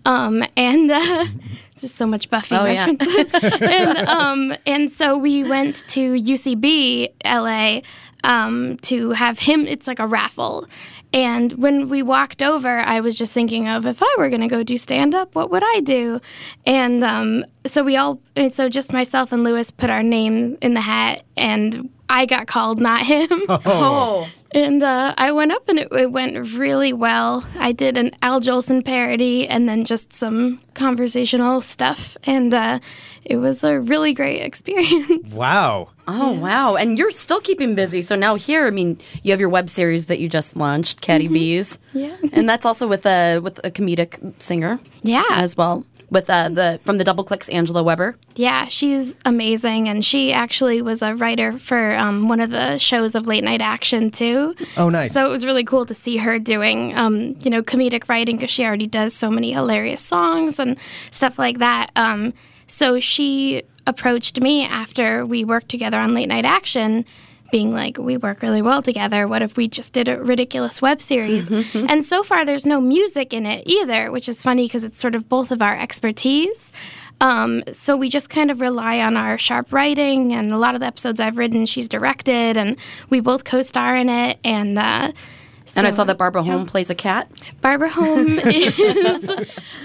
I: um, and uh, it's just so much Buffy
E: Oh, yeah.
I: references and um, and so we went to UCB LA um, to have him. It's like a raffle. And when we walked over, I was just thinking of if I were going to go do stand up, what would I do? And um, so we all, and so just myself and Lewis put our name in the hat, and I got called, not him.
E: Oh.
I: And uh, I went up and it, it went really well. I did an Al Jolson parody and then just some conversational stuff. And uh, it was a really great experience.
F: Wow.
I: Uh,
E: Oh, wow. And you're still keeping busy. So now here, I mean, you have your web series that you just launched, Caddy Bees.
I: Mm-hmm. Yeah.
E: And that's also with a with a comedic singer.
I: Yeah.
E: As well. With uh, the from the Double Clicks Angela Weber.
I: Yeah, she's amazing. And she actually was a writer for um, one of the shows of Late Night Action, too.
F: Oh, nice.
I: So it was really cool to see her doing, um, you know, comedic writing because she already does so many hilarious songs and stuff like that. Um, so she approached me after we worked together on Late Night Action. Being like, we work really well together. What if we just did a ridiculous web series? and so far, there's no music in it either, which is funny because it's sort of both of our expertise. Um, so we just kind of rely on our sharp writing, and a lot of the episodes I've written, she's directed, and we both co-star in it. And uh,
E: And I
I: so
E: saw that Barbara Holm plays a cat.
I: Barbara Holm is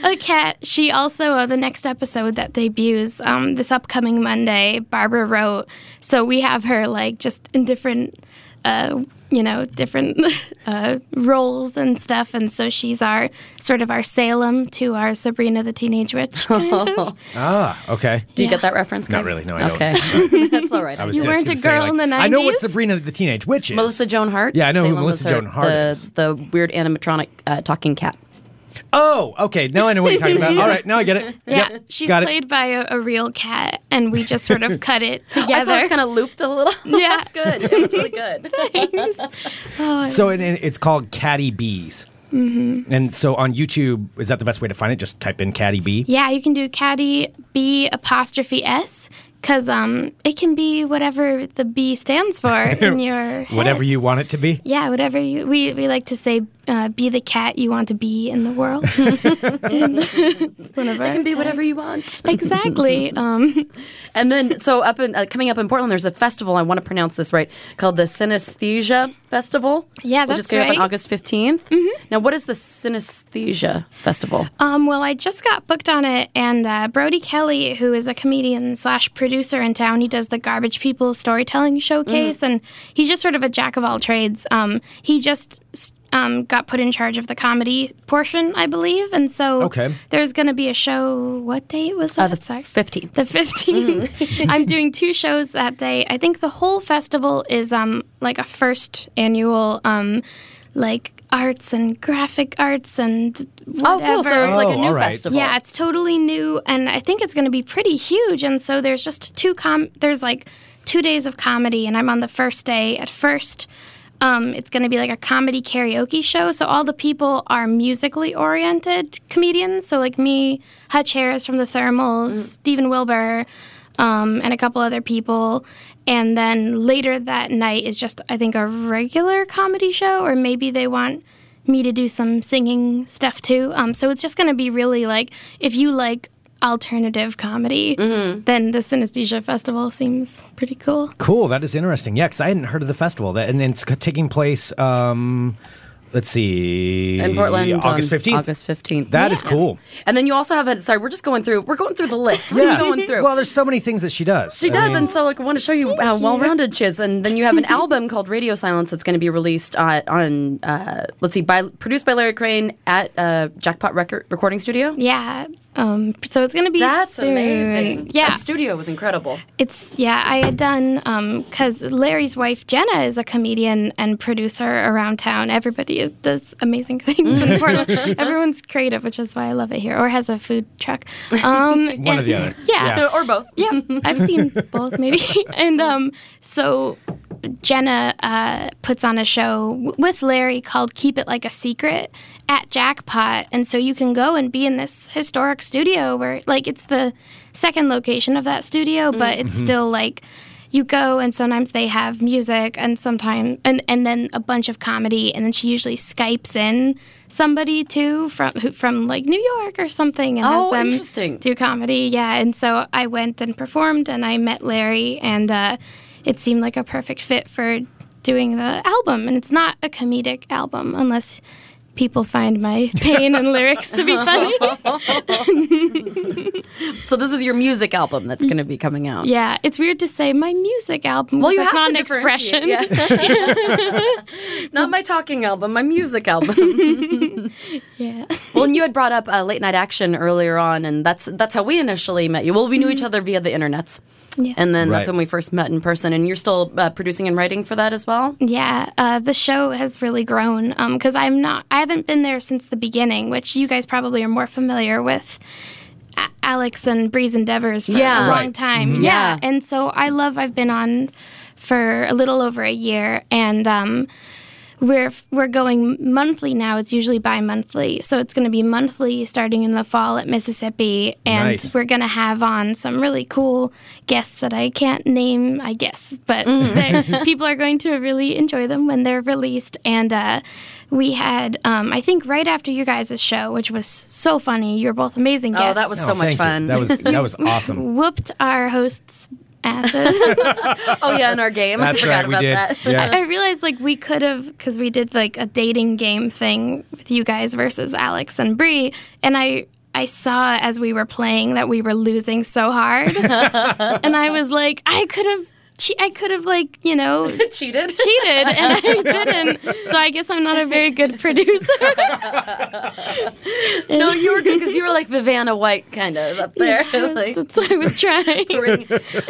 I: a cat. She also uh, the next episode that debuts um, this upcoming Monday. Barbara wrote, so we have her like just in different. Uh, you know, different uh, roles and stuff. And so she's our sort of our Salem to our Sabrina the Teenage Witch. Kind of.
F: Ah, okay.
E: Do you
I: Yeah.
E: get that reference?
F: Not
E: Craig?
F: really. No, I don't.
E: okay. That's all right.
F: I was
I: You
F: just
I: weren't
F: gonna
I: a
F: say,
I: girl
F: like,
I: in the
F: I know what
I: 90s?
F: Sabrina the Teenage Witch is.
E: Melissa Joan Hart.
F: Yeah, I know who
E: Salem
F: Melissa Joan Hart
E: the,
F: is.
E: The weird animatronic uh, talking cat.
F: Oh, okay. Now I know what you're talking about. All right, now I get it.
I: Yeah,
F: Yep,
I: she's
F: got
I: played
F: It.
I: by a, a real cat, and we just sort of cut it
E: I saw
I: together.
E: it's kind of looped a little.
I: Yeah.
E: That's good. It was really good.
F: So and, and it's called Caddy Bees. Mm-hmm. And so on YouTube, is that the best way to find it? Just type in Caddy Bee.
I: yeah, you can do caddy b apostrophe s because um it can be whatever the b stands for in your head.
F: Whatever you want it to be.
I: Yeah, whatever you we we like to say, uh, be the cat you want to be in the world.
E: It can be whatever you want.
I: exactly. Um,
E: And then, so up in uh, coming up in Portland, there's a festival. I want to pronounce this right, called the Synesthesia Festival.
I: Yeah,
E: which
I: that's
E: is coming up
I: right.
E: on August 15th. Now, what is the Synesthesia Festival?
I: Um, well, I just got booked on it, and uh, Brody Kelly, who is a comedian slash producer in town, he does the Garbage People Storytelling Showcase, and he's just sort of a jack of all trades. Um, he just s- um, got put in charge of the comedy portion, I believe, and so
F: Okay.
I: there's going to be a show. What date was that?
E: the
I: Sorry.
E: 15th.
I: The 15th. I'm doing two shows that day. I think the whole festival is um like a first annual um like arts and graphic arts and
E: Oh,
I: whatever.
E: cool! So it's like a
F: Oh,
E: new
F: all right.
E: festival.
I: yeah, it's totally new and I think it's going to be pretty huge and so there's just two com there's like two days of comedy and I'm on the first day at first um, it's going to be like a comedy karaoke show. So all the people are musically oriented comedians. So like me, Hutch Harris from the
E: Mm.
I: Thermals, Stephen Wilbur, um, and a couple other people. And then later that night is just I think a regular comedy show, or maybe they want me to do some singing stuff too. Um, so it's just going to be really like if you like alternative comedy,
E: Mm-hmm.
I: then the Synesthesia Festival seems pretty cool.
F: Cool. That is interesting. Yeah, because I hadn't heard of the festival. That and it's taking place. Um, let's see,
E: in Portland, on
F: August fifteenth.
E: August 15th.
F: That is cool.
E: And then you also have a sorry, we're just going through. We're going through the list. We're just going through.
F: Well, there's so many things that she does.
E: She does, and so like I want to show you how well-rounded she is. And then you have an album called Radio Silence that's going to be released uh, on uh, let's see, by produced by Larry Crane at uh, Jackpot Record Recording Studio.
I: Yeah. Um, so it's gonna be
E: That's
I: soon.
E: amazing.
I: Yeah,
E: that studio was incredible.
I: it's yeah. I had done because Larry's wife Jenna is a comedian and producer around town. Everybody is, does amazing things in Portland. Everyone's creative, which is why I love it here. Or has a food truck. Um,
F: One or the
I: and-
F: other.
I: Yeah.
F: Yeah.
E: Uh, or both.
I: Yeah, I've seen both maybe. and um, so Jenna uh, puts on a show w- with Larry called Keep It Like a Secret at Jackpot. And so you can go and be in this historic studio where, like, it's the second location of that studio, but
E: Mm-hmm.
I: it's still like you go and sometimes they have music and sometimes and, and then a bunch of comedy and then she usually skypes in somebody too from who, from like new york or something and has
E: Oh,
I: them
E: interesting.
I: do comedy yeah and so i went and performed and i met larry and uh, it seemed like a perfect fit for doing the album and it's not a comedic album unless people find my pain and lyrics to be funny.
E: So this is your music album that's going to be coming out.
I: yeah, it's weird to say my music album.
E: Well,
I: 'cause
E: you
I: that's
E: have to
I: not an expression.
E: differentiate, yeah. not my talking album, my music album.
I: Yeah.
E: well, and you had brought up uh, late night action earlier on, and that's that's how we initially met you. Well, we knew each other via the internets,
I: Mm-hmm. Yes.
E: and then
F: Right.
E: that's when we first met in person. And you're still uh, producing and writing for that as well.
I: Yeah, uh, the show has really grown because I'm not, I haven't been there since the beginning, which you guys probably are more familiar with. A- Alex and Breeze Endeavors for
E: Yeah.
I: a long
F: Right. Mm-hmm.
I: time.
E: Yeah.
I: Yeah. and so I love. I've been on for a little over a year, and um, we're we're going monthly now. It's usually bi-monthly, so it's going to be monthly starting in the fall at Mississippi, and
F: Nice.
I: we're going to have on some really cool guests that I can't name, I guess, but
E: Mm.
I: they're- people are going to really enjoy them when they're released. And uh, we had, um, I think, right after you guys' show, which was so funny. You were both amazing guests.
E: Oh, that was so much
F: thank you.
E: fun.
F: That was that was awesome.
I: whooped our hosts' asses.
E: oh yeah, in our game. I
F: That's
E: forgot
F: right, we
E: about
F: did.
E: that.
F: Yeah.
I: I realized like we could have because we did like a dating game thing with you guys versus Alex and Bree, and I I saw as we were playing that we were losing so hard, and I was like I could have che- I could have like you know cheated
E: Cheated.
I: and I didn't, so I guess I'm not a very good producer.
E: No, you were good because you were like the Vanna White kind of up there. like-
I: That's what I was trying.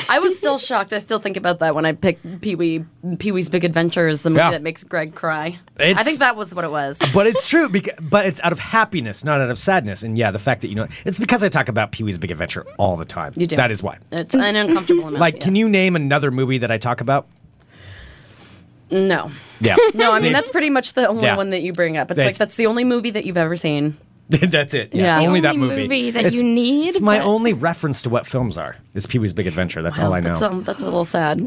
E: I was still shocked. I still think about that when I picked Pee Wee Pee Wee's Big Adventure as the movie
F: Yeah.
E: that makes Greg cry. I
F: It's-
E: think that was what it was.
F: But it's true, because, but it's out of happiness, not out of sadness. And yeah, the fact that you know it's because I talk about Pee Wee's Big Adventure all the time.
E: You do.
F: That is why.
E: It's an uncomfortable amount.
F: Like, can
E: yes.
F: you name another movie that I talk about?
E: No.
F: Yeah.
E: No, I mean that's pretty much the only
F: Yeah.
E: one that you bring up. It's
F: That's-
E: like that's the only movie that you've ever seen.
F: That's it.
E: Yeah.
F: Yeah.
E: The
F: Only, that
I: only
F: movie.
I: movie that you need,
F: It's my
I: but-
F: only reference to what films are. Is Pee Wee's Big Adventure. That's all I know.
E: That's, um, that's a little sad.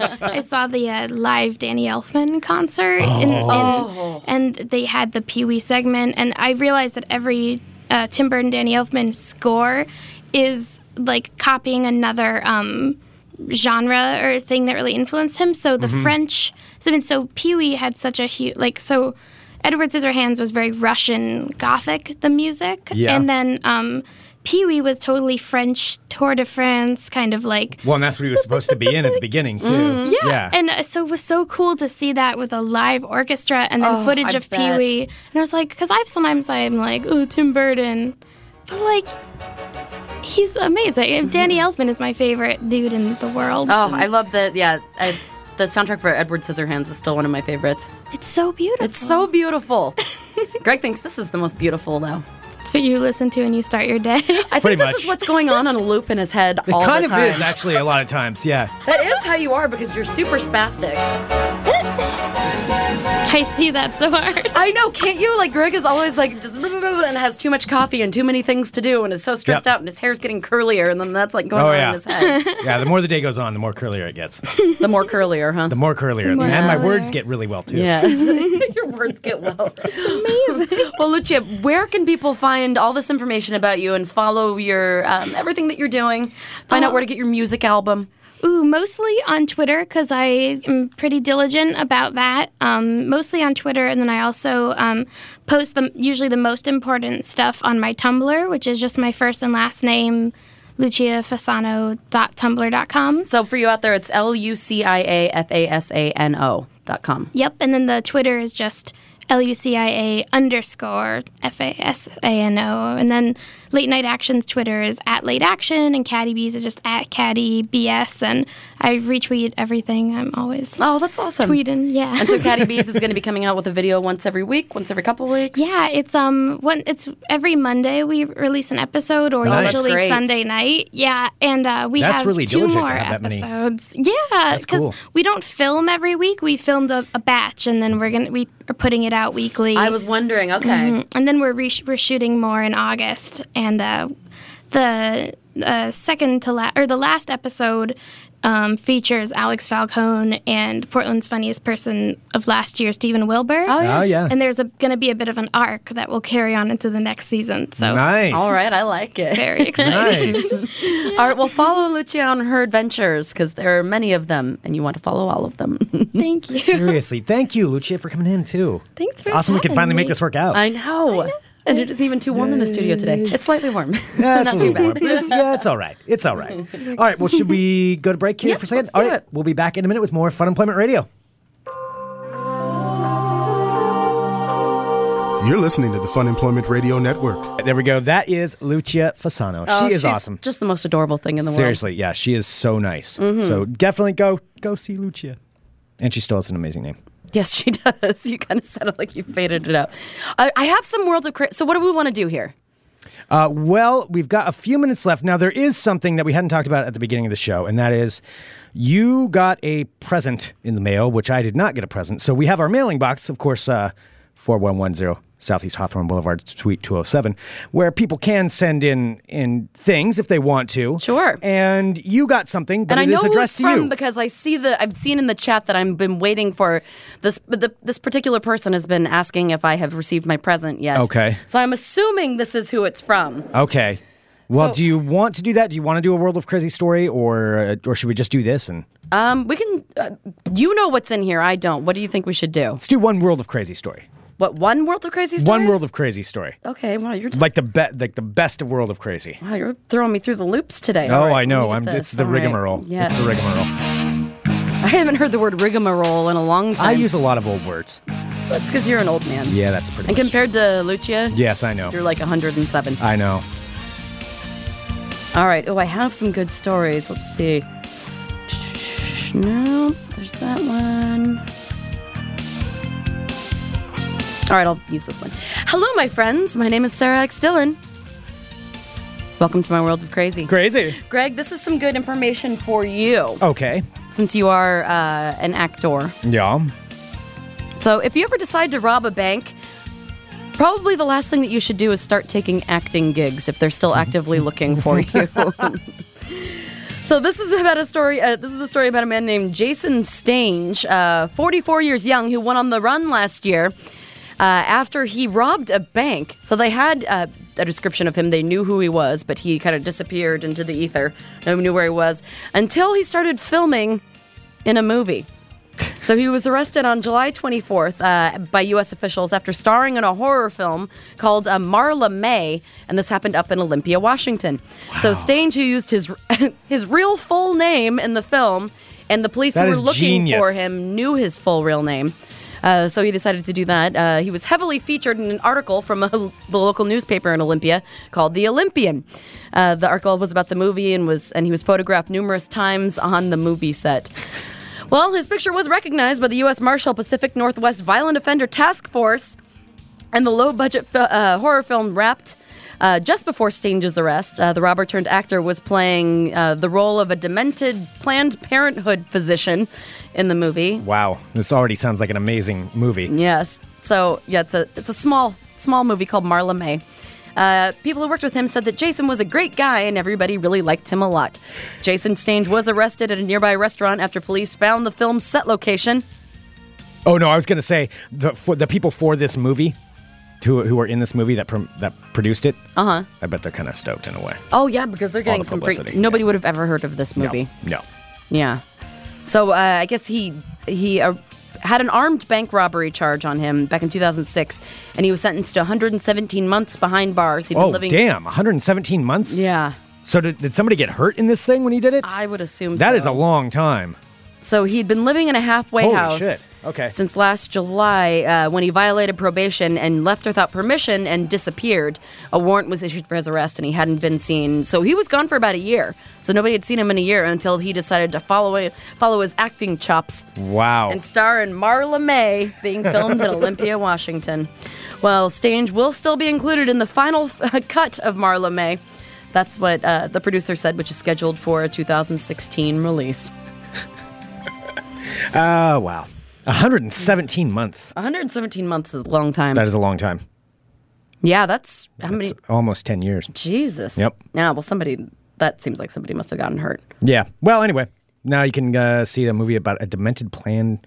I: I saw the uh, live Danny Elfman concert, in, in, and they had the Pee Wee segment, and I realized that every uh, Tim Burton Danny Elfman score is like copying another um, genre or thing that really influenced him. So the French, so I mean, so Pee Wee had such a huge like so. Edward Scissorhands was very Russian Gothic, the music,
F: Yeah.
I: and then um, Pee Wee was totally French Tour de France, kind of like
F: well, and that's what he was supposed to be in at the beginning too.
E: Mm-hmm.
F: yeah.
I: and uh, so it was so cool to see that with a live orchestra and then footage
E: Oh, I
I: of Pee
E: bet.
I: Wee. And I was like, because I've sometimes I'm like, oh, Tim Burton. But like, he's amazing. And Danny Elfman is my favorite dude in the world.
E: Mm-hmm. oh, I love that. Yeah, I, the soundtrack for Edward Scissorhands is still one of my favorites.
I: It's so beautiful.
E: It's so beautiful. Greg thinks this is the most beautiful though.
I: It's what you listen to when you start your day.
E: I
F: Pretty
E: think this
F: much.
E: is what's going on on a loop in his head
F: it
E: all
F: kind
E: the
F: of
E: time.
F: is actually a lot of times, yeah.
E: That is how you are because you're super spastic.
I: I see that so hard.
E: I know, can't you? Like Greg is always like just blah, blah, blah, and has too much coffee and too many things to do and is so stressed
F: Yep.
E: out and his hair's getting curlier and then that's like going
F: Oh,
E: on
F: yeah.
E: in his head.
F: Yeah, the more the day goes on, the more curlier it gets.
E: the more curlier, huh?
F: The more curlier.
I: more
F: and my
I: curlier.
F: words get really well too.
E: yeah. Your words get well. It's amazing. well, Lucia, where can people find all this information about you and follow your um, everything that you're doing? Find out where to get your music album.
I: Ooh, mostly on Twitter because I am pretty diligent about that. Um, mostly on Twitter, and then I also um, post the usually the most important stuff on my Tumblr, which is just my first and last name, luciafasano.tumblr.com.
E: So for you out there, it's L U C I A F A S A N O dot com.
I: Yep, and then the Twitter is just L U C I A underscore F A S A N O, and then Late Night Action's Twitter is at Late Action, and Caddy B's is just at Caddy BS, and I retweet everything. I'm always
E: Oh, that's awesome.
I: tweeting. Yeah.
E: And so Caddy Bees is going to be coming out with a video once every week, once every couple weeks.
I: Yeah, it's um one it's every Monday we release an episode or
F: Nice.
I: usually
E: That's great.
I: Sunday night. Yeah, and uh, we
F: Oh, That's
I: have
F: really
I: two
F: diligent
I: more
F: to have that many.
I: episodes. Yeah, because
F: cool.
I: we don't film every week. We filmed a, a batch and then we're gonna we are putting it out weekly.
E: I was wondering. Okay.
I: and then we're re- we're shooting more in August and uh, the uh, second to last or the last episode um, features Alex Falcone and Portland's funniest person of last year, Stephen Wilbur.
E: Oh, yeah.
F: Oh, yeah.
I: And there's going to be a bit of an arc that will carry on into the next season. So
F: nice.
E: All right, I like it.
I: very exciting.
F: Nice.
E: All right, well, follow Lucia on her adventures because there are many of them, and you want to follow all of them.
I: Thank you.
F: Seriously, thank you, Lucia, for coming in too.
I: Thanks
F: It's
I: for
F: awesome. We can
I: having
F: finally make
I: me.
F: this work out.
E: I know. And it is even too warm in the studio today. It's slightly warm.
F: Yeah, it's a
E: Not too
F: little warm,
E: bad.
F: but it's- yeah, it's all right. It's all right. All right. Well, should we go to break here
E: Yeah,
F: for a 2nd
E: let's
F: all
E: do
F: right.
E: it.
F: We'll be back in a minute with more Fun Employment Radio.
A: You're listening to the Fun Employment Radio Network.
F: There we go. That is Lucia Fasano.
E: Oh,
F: she is
E: she's
F: awesome.
E: Just the most adorable thing in the Mm-hmm.
F: Seriously, yeah, she is so nice. So definitely go go see Lucia. And she still has an amazing name.
E: world. Yes, she does. You kind of sounded like you faded it out. I, I have some World of Cra- So, what do we want to do here?
F: Uh, well, we've got a few minutes left. Now, there is something that we hadn't talked about at the beginning of the show, and that is you got a present in the mail, which I did not get a present. So we have our mailing box, of course, uh, 4110 Southeast Hawthorne Boulevard, Suite 207, where people can send in in things if they want to.
E: Sure.
F: And you got something, but
E: and
F: it
E: I
F: is
E: know who it's
F: addressed to
E: from
F: you.
E: because I see the I've seen in the chat that I've been waiting for this. but The, this particular person has been asking if I have received my present yet.
F: Okay.
E: So I'm assuming this is who it's from.
F: Okay. Well,
E: So-
F: do you want to do that? Do you want to do a World of Crazy story, or uh, or should we just do this and
E: Um, we can. Uh, you know what's in here. I don't. What do you think we should do?
F: let's do one World of Crazy story?
E: What one World of Crazy story?
F: One World of Crazy story,
E: Okay. Well, you're just
F: like the be- like the best of World of Crazy.
E: Wow, you're throwing me through the loops today.
F: Oh,
E: All right,
F: I know.
E: let
F: I'm,
E: me get
F: it's
E: this.
F: the
E: All right.
F: rigmarole.
E: Yes.
F: It's the rigmarole.
E: I haven't heard the word rigmarole in a long time.
F: I use a lot of old words.
E: That's because you're an old man.
F: Yeah, that's pretty.
E: And
F: much-
E: compared to Lucia,
F: Yes, I know.
E: you're like 107.
F: I know. Uh,
E: All right. Oh, I have some good stories. Let's see. No, there's that one. All right, I'll use this one. Hello, my friends. My name is Sarah X. Dillon. Welcome to my world of crazy.
F: Crazy.
E: Greg, this is some good information for you
F: Okay.
E: since you are uh, an actor.
F: Yeah.
E: So, if you ever decide to rob a bank, probably the last thing that you should do is start taking acting gigs if they're still actively looking for you. so, this is about a story. Uh, this is a story about a man named Jason Stange, uh, 44 years young, who went on the run last year. Uh, after he robbed a bank. So they had uh, a description of him. They knew who he was, but he kind of disappeared into the ether. No one knew where he was until he started filming in a movie. So he was arrested on July 24th uh, by U.S. officials after starring in a horror film called uh, Marla May, and this happened up in Olympia, Washington. So Stange, who used his his real full name in the film, and the police
F: That
E: who were
F: is
E: looking for
F: genius.
E: him knew his full real name. Uh, so he decided to do that. Uh, he was heavily featured in an article from a, the local newspaper in Olympia called The Olympian. Uh, the article was about the movie and was and he was photographed numerous times on the movie set. Well, his picture was recognized by the U.S. Marshal Pacific Northwest Violent Offender Task Force and the low budget uh, horror film Wrapped. Uh, just before Stange's arrest, uh, the robber turned actor was playing uh, the role of a demented Planned Parenthood physician in the movie.
F: Wow. This already sounds like an amazing movie.
E: Yes. So yeah, it's a it's a small small movie called Marla May. Uh, people who worked with him said that Jason was a great guy and everybody really liked him a lot. Jason Stange was arrested at a nearby restaurant after police found the film's set location.
F: Oh no, I was gonna say the for, the people for this movie, who who are in this movie that prom that produced it. Uh
E: Uh-huh.
F: huh. I bet they're kind of stoked in a way.
E: Oh yeah, because they're getting
F: the
E: some free.
F: publicity, yeah.
E: Nobody would have ever heard of this movie.
F: No.
E: Yeah. So uh, I guess he he uh, had an armed bank robbery charge on him back in 2006, and he was sentenced to 117 months behind bars. He'd been
F: Oh
E: living.
F: damn! 117 months.
E: Yeah,
F: So did, did somebody get hurt in this thing when he did it?
E: I would assume
F: That
E: so.
F: is a long time.
E: So he'd been living in a halfway
F: Holy
E: house
F: shit. Okay.
E: since last July uh, when he violated probation and left without permission and disappeared. A warrant was issued for his arrest and he hadn't been seen. So he was gone for about a year. So nobody had seen him in a year until he decided to follow follow his acting chops
F: Wow.
E: and star in Marla May being filmed in Olympia, Washington. Well, Stange will still be included in the final uh, cut of Marla May. That's what uh, the producer said, which is scheduled for a 2016 release.
F: Oh wow. 117 months.
E: 117 months is a long time.
F: That is a long time.
E: yeah, that's how many.
F: It's almost 10 years.
E: Jesus.
F: Yep.
E: Yeah, well, somebody that seems like somebody must have gotten hurt.
F: Yeah. Well, anyway, now you can uh, see a movie about a demented plan.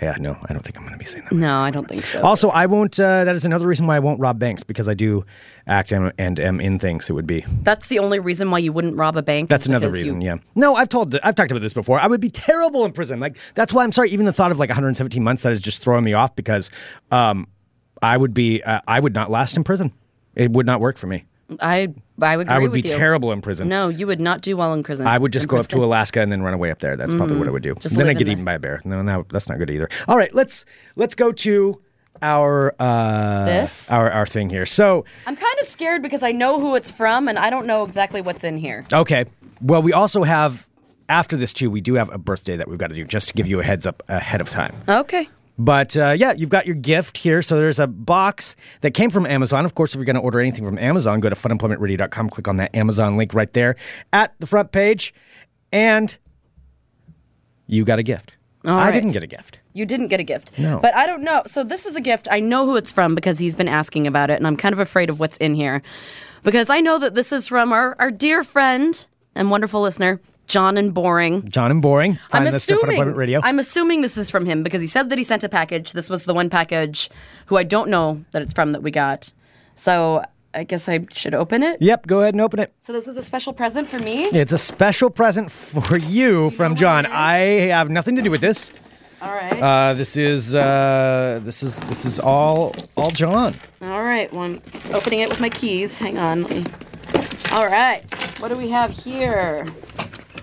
F: Yeah, no, I don't think I'm going to be seeing that.
E: No, I don't think so.
F: Also, I won't. Uh, that is another reason why I won't rob banks because I do act and, and am in things. It would be
E: That's the only reason why you wouldn't rob a bank.
F: that's
E: is
F: another
E: because you-
F: reason. Yeah. No, I've told I've talked about this before. I would be terrible in prison. Like that's why I'm sorry. Even the thought of like 117 months that is just throwing me off because um, I would be uh, I would not last in prison. It would not work for me.
E: I I would. Agree
F: I would be
E: with you.
F: terrible in prison.
E: No, you would not do well in prison.
F: I would just
E: In
F: go up to
E: prison.
F: Alaska and then run away up there. That's probably what I would do.
E: Mm-hmm. Just
F: then I
E: live in
F: get
E: the-
F: eaten by a bear. No, no, that's not good either. All right, let's let's go to our uh
E: This?
F: our our thing here. So,
E: I'm kind of scared because I know who it's from and I don't know exactly what's in here.
F: okay. Well, we also have after this too, we do have a birthday that we've got to do just to give you a heads up ahead of time.
E: Okay.
F: But uh, yeah, you've got your gift here. So there's a box that came from Amazon. Of course, if you're going to order anything from Amazon, go to funemploymentradio.com, click on that Amazon link right there at the front page, and you got a gift. I
E: right.
F: didn't get a gift.
E: You didn't get a gift.
F: No.
E: But I don't know. So this is a gift. I know who it's from because he's been asking about it, and I'm kind of afraid of what's in here. Because I know that this is from our, our dear friend and wonderful listener, John and Boring.
F: John and Boring. Find
E: I'm
F: this stuff on
E: assuming.
F: Employment Radio.
E: I'm assuming this is from him because he said that he sent a package. This was the one package who I don't know that it's from that we got. So I guess I should open it.
F: yep, go ahead and open it.
E: So this is a special present for me.
F: It's a special present for you from John. I have nothing to do with this.
E: All right.
F: Uh, this is uh, this is this is all all John.
E: All right, well, I'm opening it with my keys. Hang on, let me. All right, what do we have here?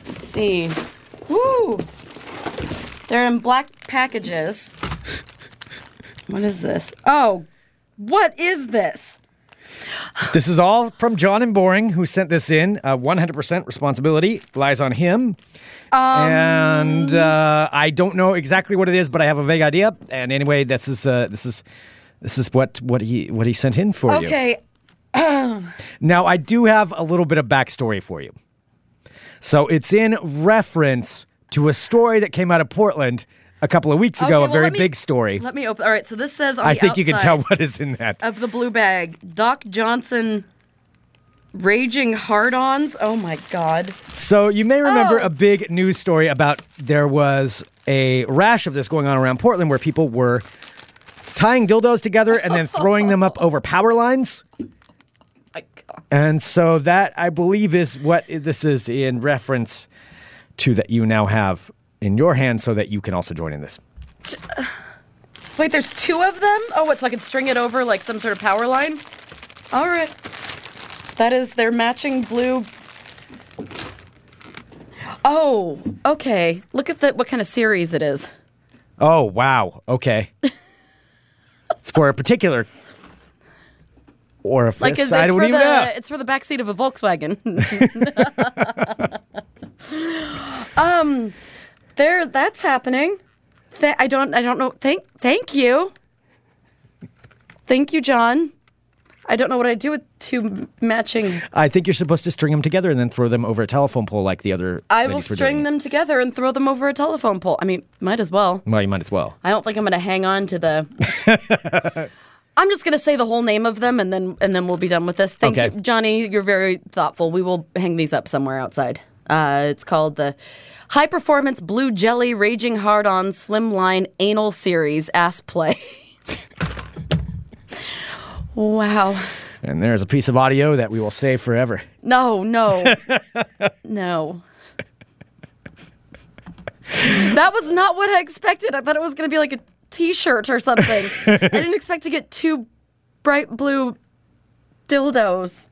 E: Let's see. Woo! They're in black packages. What is this? Oh, what is this?
F: This is all from John and Boring, who sent this in. Uh, 100% responsibility lies on him.
E: Um,
F: and uh, I don't know exactly what it is, but I have a vague idea. And anyway, this is uh, this is this is what what he what he sent in for you.
E: Okay,
F: Now I do have a little bit of backstory for you. So it's in reference to a story that came out of Portland a couple of weeks ago.
E: okay,
F: a
E: well,
F: very
E: let me-
F: big story.
E: Let me open. All right, so this says on
F: I
E: the
F: think you can
E: outside
F: tell what is in that.
E: of the blue bag, Doc Johnson, raging hard-ons. Oh my God.
F: So you may remember
E: Oh.
F: a big news story about there was a rash of this going on around Portland where people were tying dildos together and then throwing them up over power lines.
E: My God.
F: And so that I believe is what i- this is in reference to that you now have in your hand so that you can also join in this.
E: Wait, there's two of them? Oh, what, so I can string it over like some sort of power line? All right. That is their matching blue. Oh, okay. Look at the what kind of series it is.
F: Oh, wow. Okay. it's for a particular or if
E: Like
F: this
E: it's,
F: I
E: it's
F: don't
E: for
F: even
E: the
F: know.
E: it's for the backseat of a Volkswagen. um, Um, there that's happening. Th- I don't I don't know. Thank thank you. Thank you, John. I don't know what I do with two matching
F: I think you're supposed to string them together and then throw them over a telephone pole like the other
E: I will
F: ladies were
E: string
F: doing.
E: them together and throw them over a telephone pole. I mean, might as well.
F: Well, you might as well.
E: I don't think I'm going to hang on to the. I'm just going to say the whole name of them, and then and then we'll be done with this. Thank
F: Okay.
E: you, Johnny. You're very thoughtful. We will hang these up somewhere outside. Uh, it's called the High Performance Blue Jelly Raging Hard On Slimline Anal Series Ass Play. wow.
F: And there's a piece of audio that we will save forever.
E: No, no, no. That was not what I expected. I thought it was going to be like a T-shirt or something. I didn't expect to get two bright blue dildos.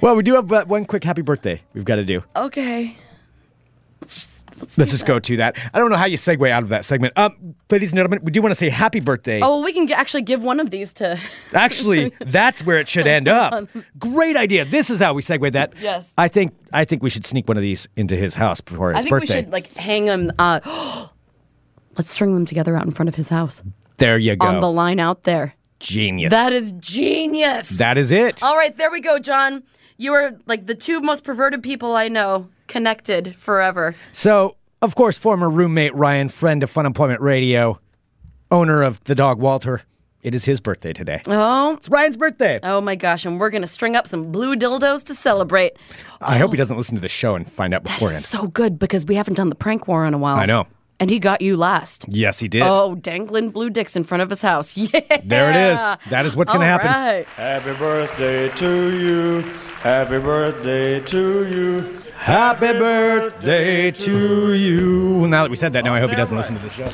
F: Well, we do have uh, one quick happy birthday we've got to do.
E: Oh, Okay. Let's just. Let's
F: Let's just go to that. I don't know how you segue out of that segment. Um, ladies and gentlemen, we do want to say happy birthday.
E: Oh, well, we can g- actually give one of these to.
F: Actually, that's where it should end up. Great idea. This is how we segue that.
E: Yes.
F: I think I think we should sneak one of these into his house before his
E: I think
F: birthday.
E: we should like hang them. Uh, let's string them together out in front of his house
F: there you go.
E: on the line out there.
F: Genius.
E: That is genius.
F: That is it.
E: All right, there we go, John. You are like the two most perverted people I know, connected forever.
F: So, of course, former roommate Ryan, friend of Fun Employment Radio, owner of the dog Walter, It is his birthday today.
E: Oh,
F: It's Ryan's birthday.
E: oh my gosh! And we're gonna string up some blue dildos to celebrate.
F: I hope he doesn't listen to the show and find out
E: Oh. That is
F: beforehand.
E: so good because we haven't done the prank war in a while.
F: I know.
E: And he got you last.
F: Yes, he did.
E: Oh, dangling blue dicks in front of his house. Yeah.
F: There it is. That is what's going to happen.
E: Right.
J: Happy birthday to you. Happy birthday to you.
F: Happy birthday to you. Now that we said that, now I hope he doesn't listen to the show.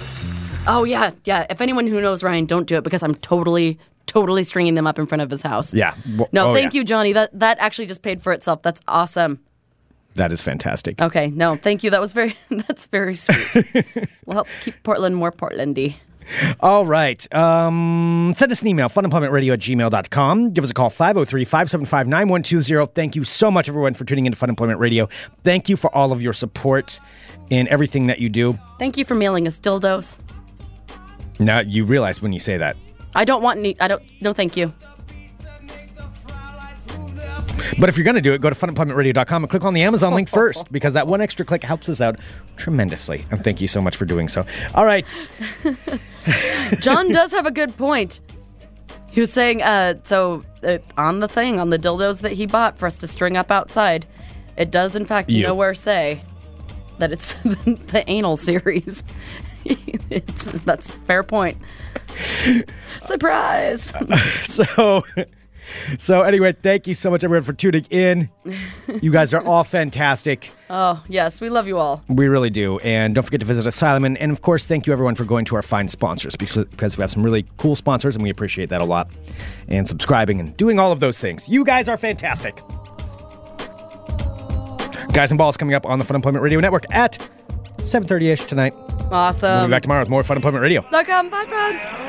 E: Oh yeah, yeah. If anyone who knows Ryan, don't do it because I'm totally, totally stringing them up in front of his house.
F: Yeah. Well,
E: No,
F: oh,
E: thank
F: yeah.
E: you, Johnny. That that actually just paid for itself. That's awesome.
F: That is fantastic.
E: Okay, no, thank you. That was very that's very sweet. we'll help keep Portland more Portlandy.
F: All right. Um, send us an email, funemploymentradio at gmail.com. Give us a call, 503 575 9120. Thank you so much, everyone, for tuning into Fun Employment Radio. Thank you for all of your support in everything that you do.
E: Thank you for mailing us dildos.
F: Now, you realize when you say that.
E: I don't want any. I don't. No, thank you.
F: But if you're going to do it, go to funemploymentradio.com and click on the Amazon link first because that one extra click helps us out tremendously. And thank you so much for doing so. All right.
E: John does have a good point. He was saying, uh, so uh, on the thing, on the dildos that he bought for us to string up outside, it does in fact
F: You.
E: nowhere say that it's the, anal series. it's, that's a fair point. Surprise!
F: So, so anyway, thank you so much, everyone, for tuning in. You guys are all fantastic.
E: Oh yes, we love you all.
F: We really do. And don't forget to visit Asylum. And, and of course, thank you, everyone, for going to our fine sponsors because, because we have some really cool sponsors and we appreciate that a lot. And subscribing and doing all of those things. You guys are fantastic. Guys and Balls coming up on the Fun Employment Radio Network at 7.30ish tonight. We'll
E: Awesome. Um,
F: be back tomorrow with more Fun Employment Radio.
E: Look, um, bye, friends.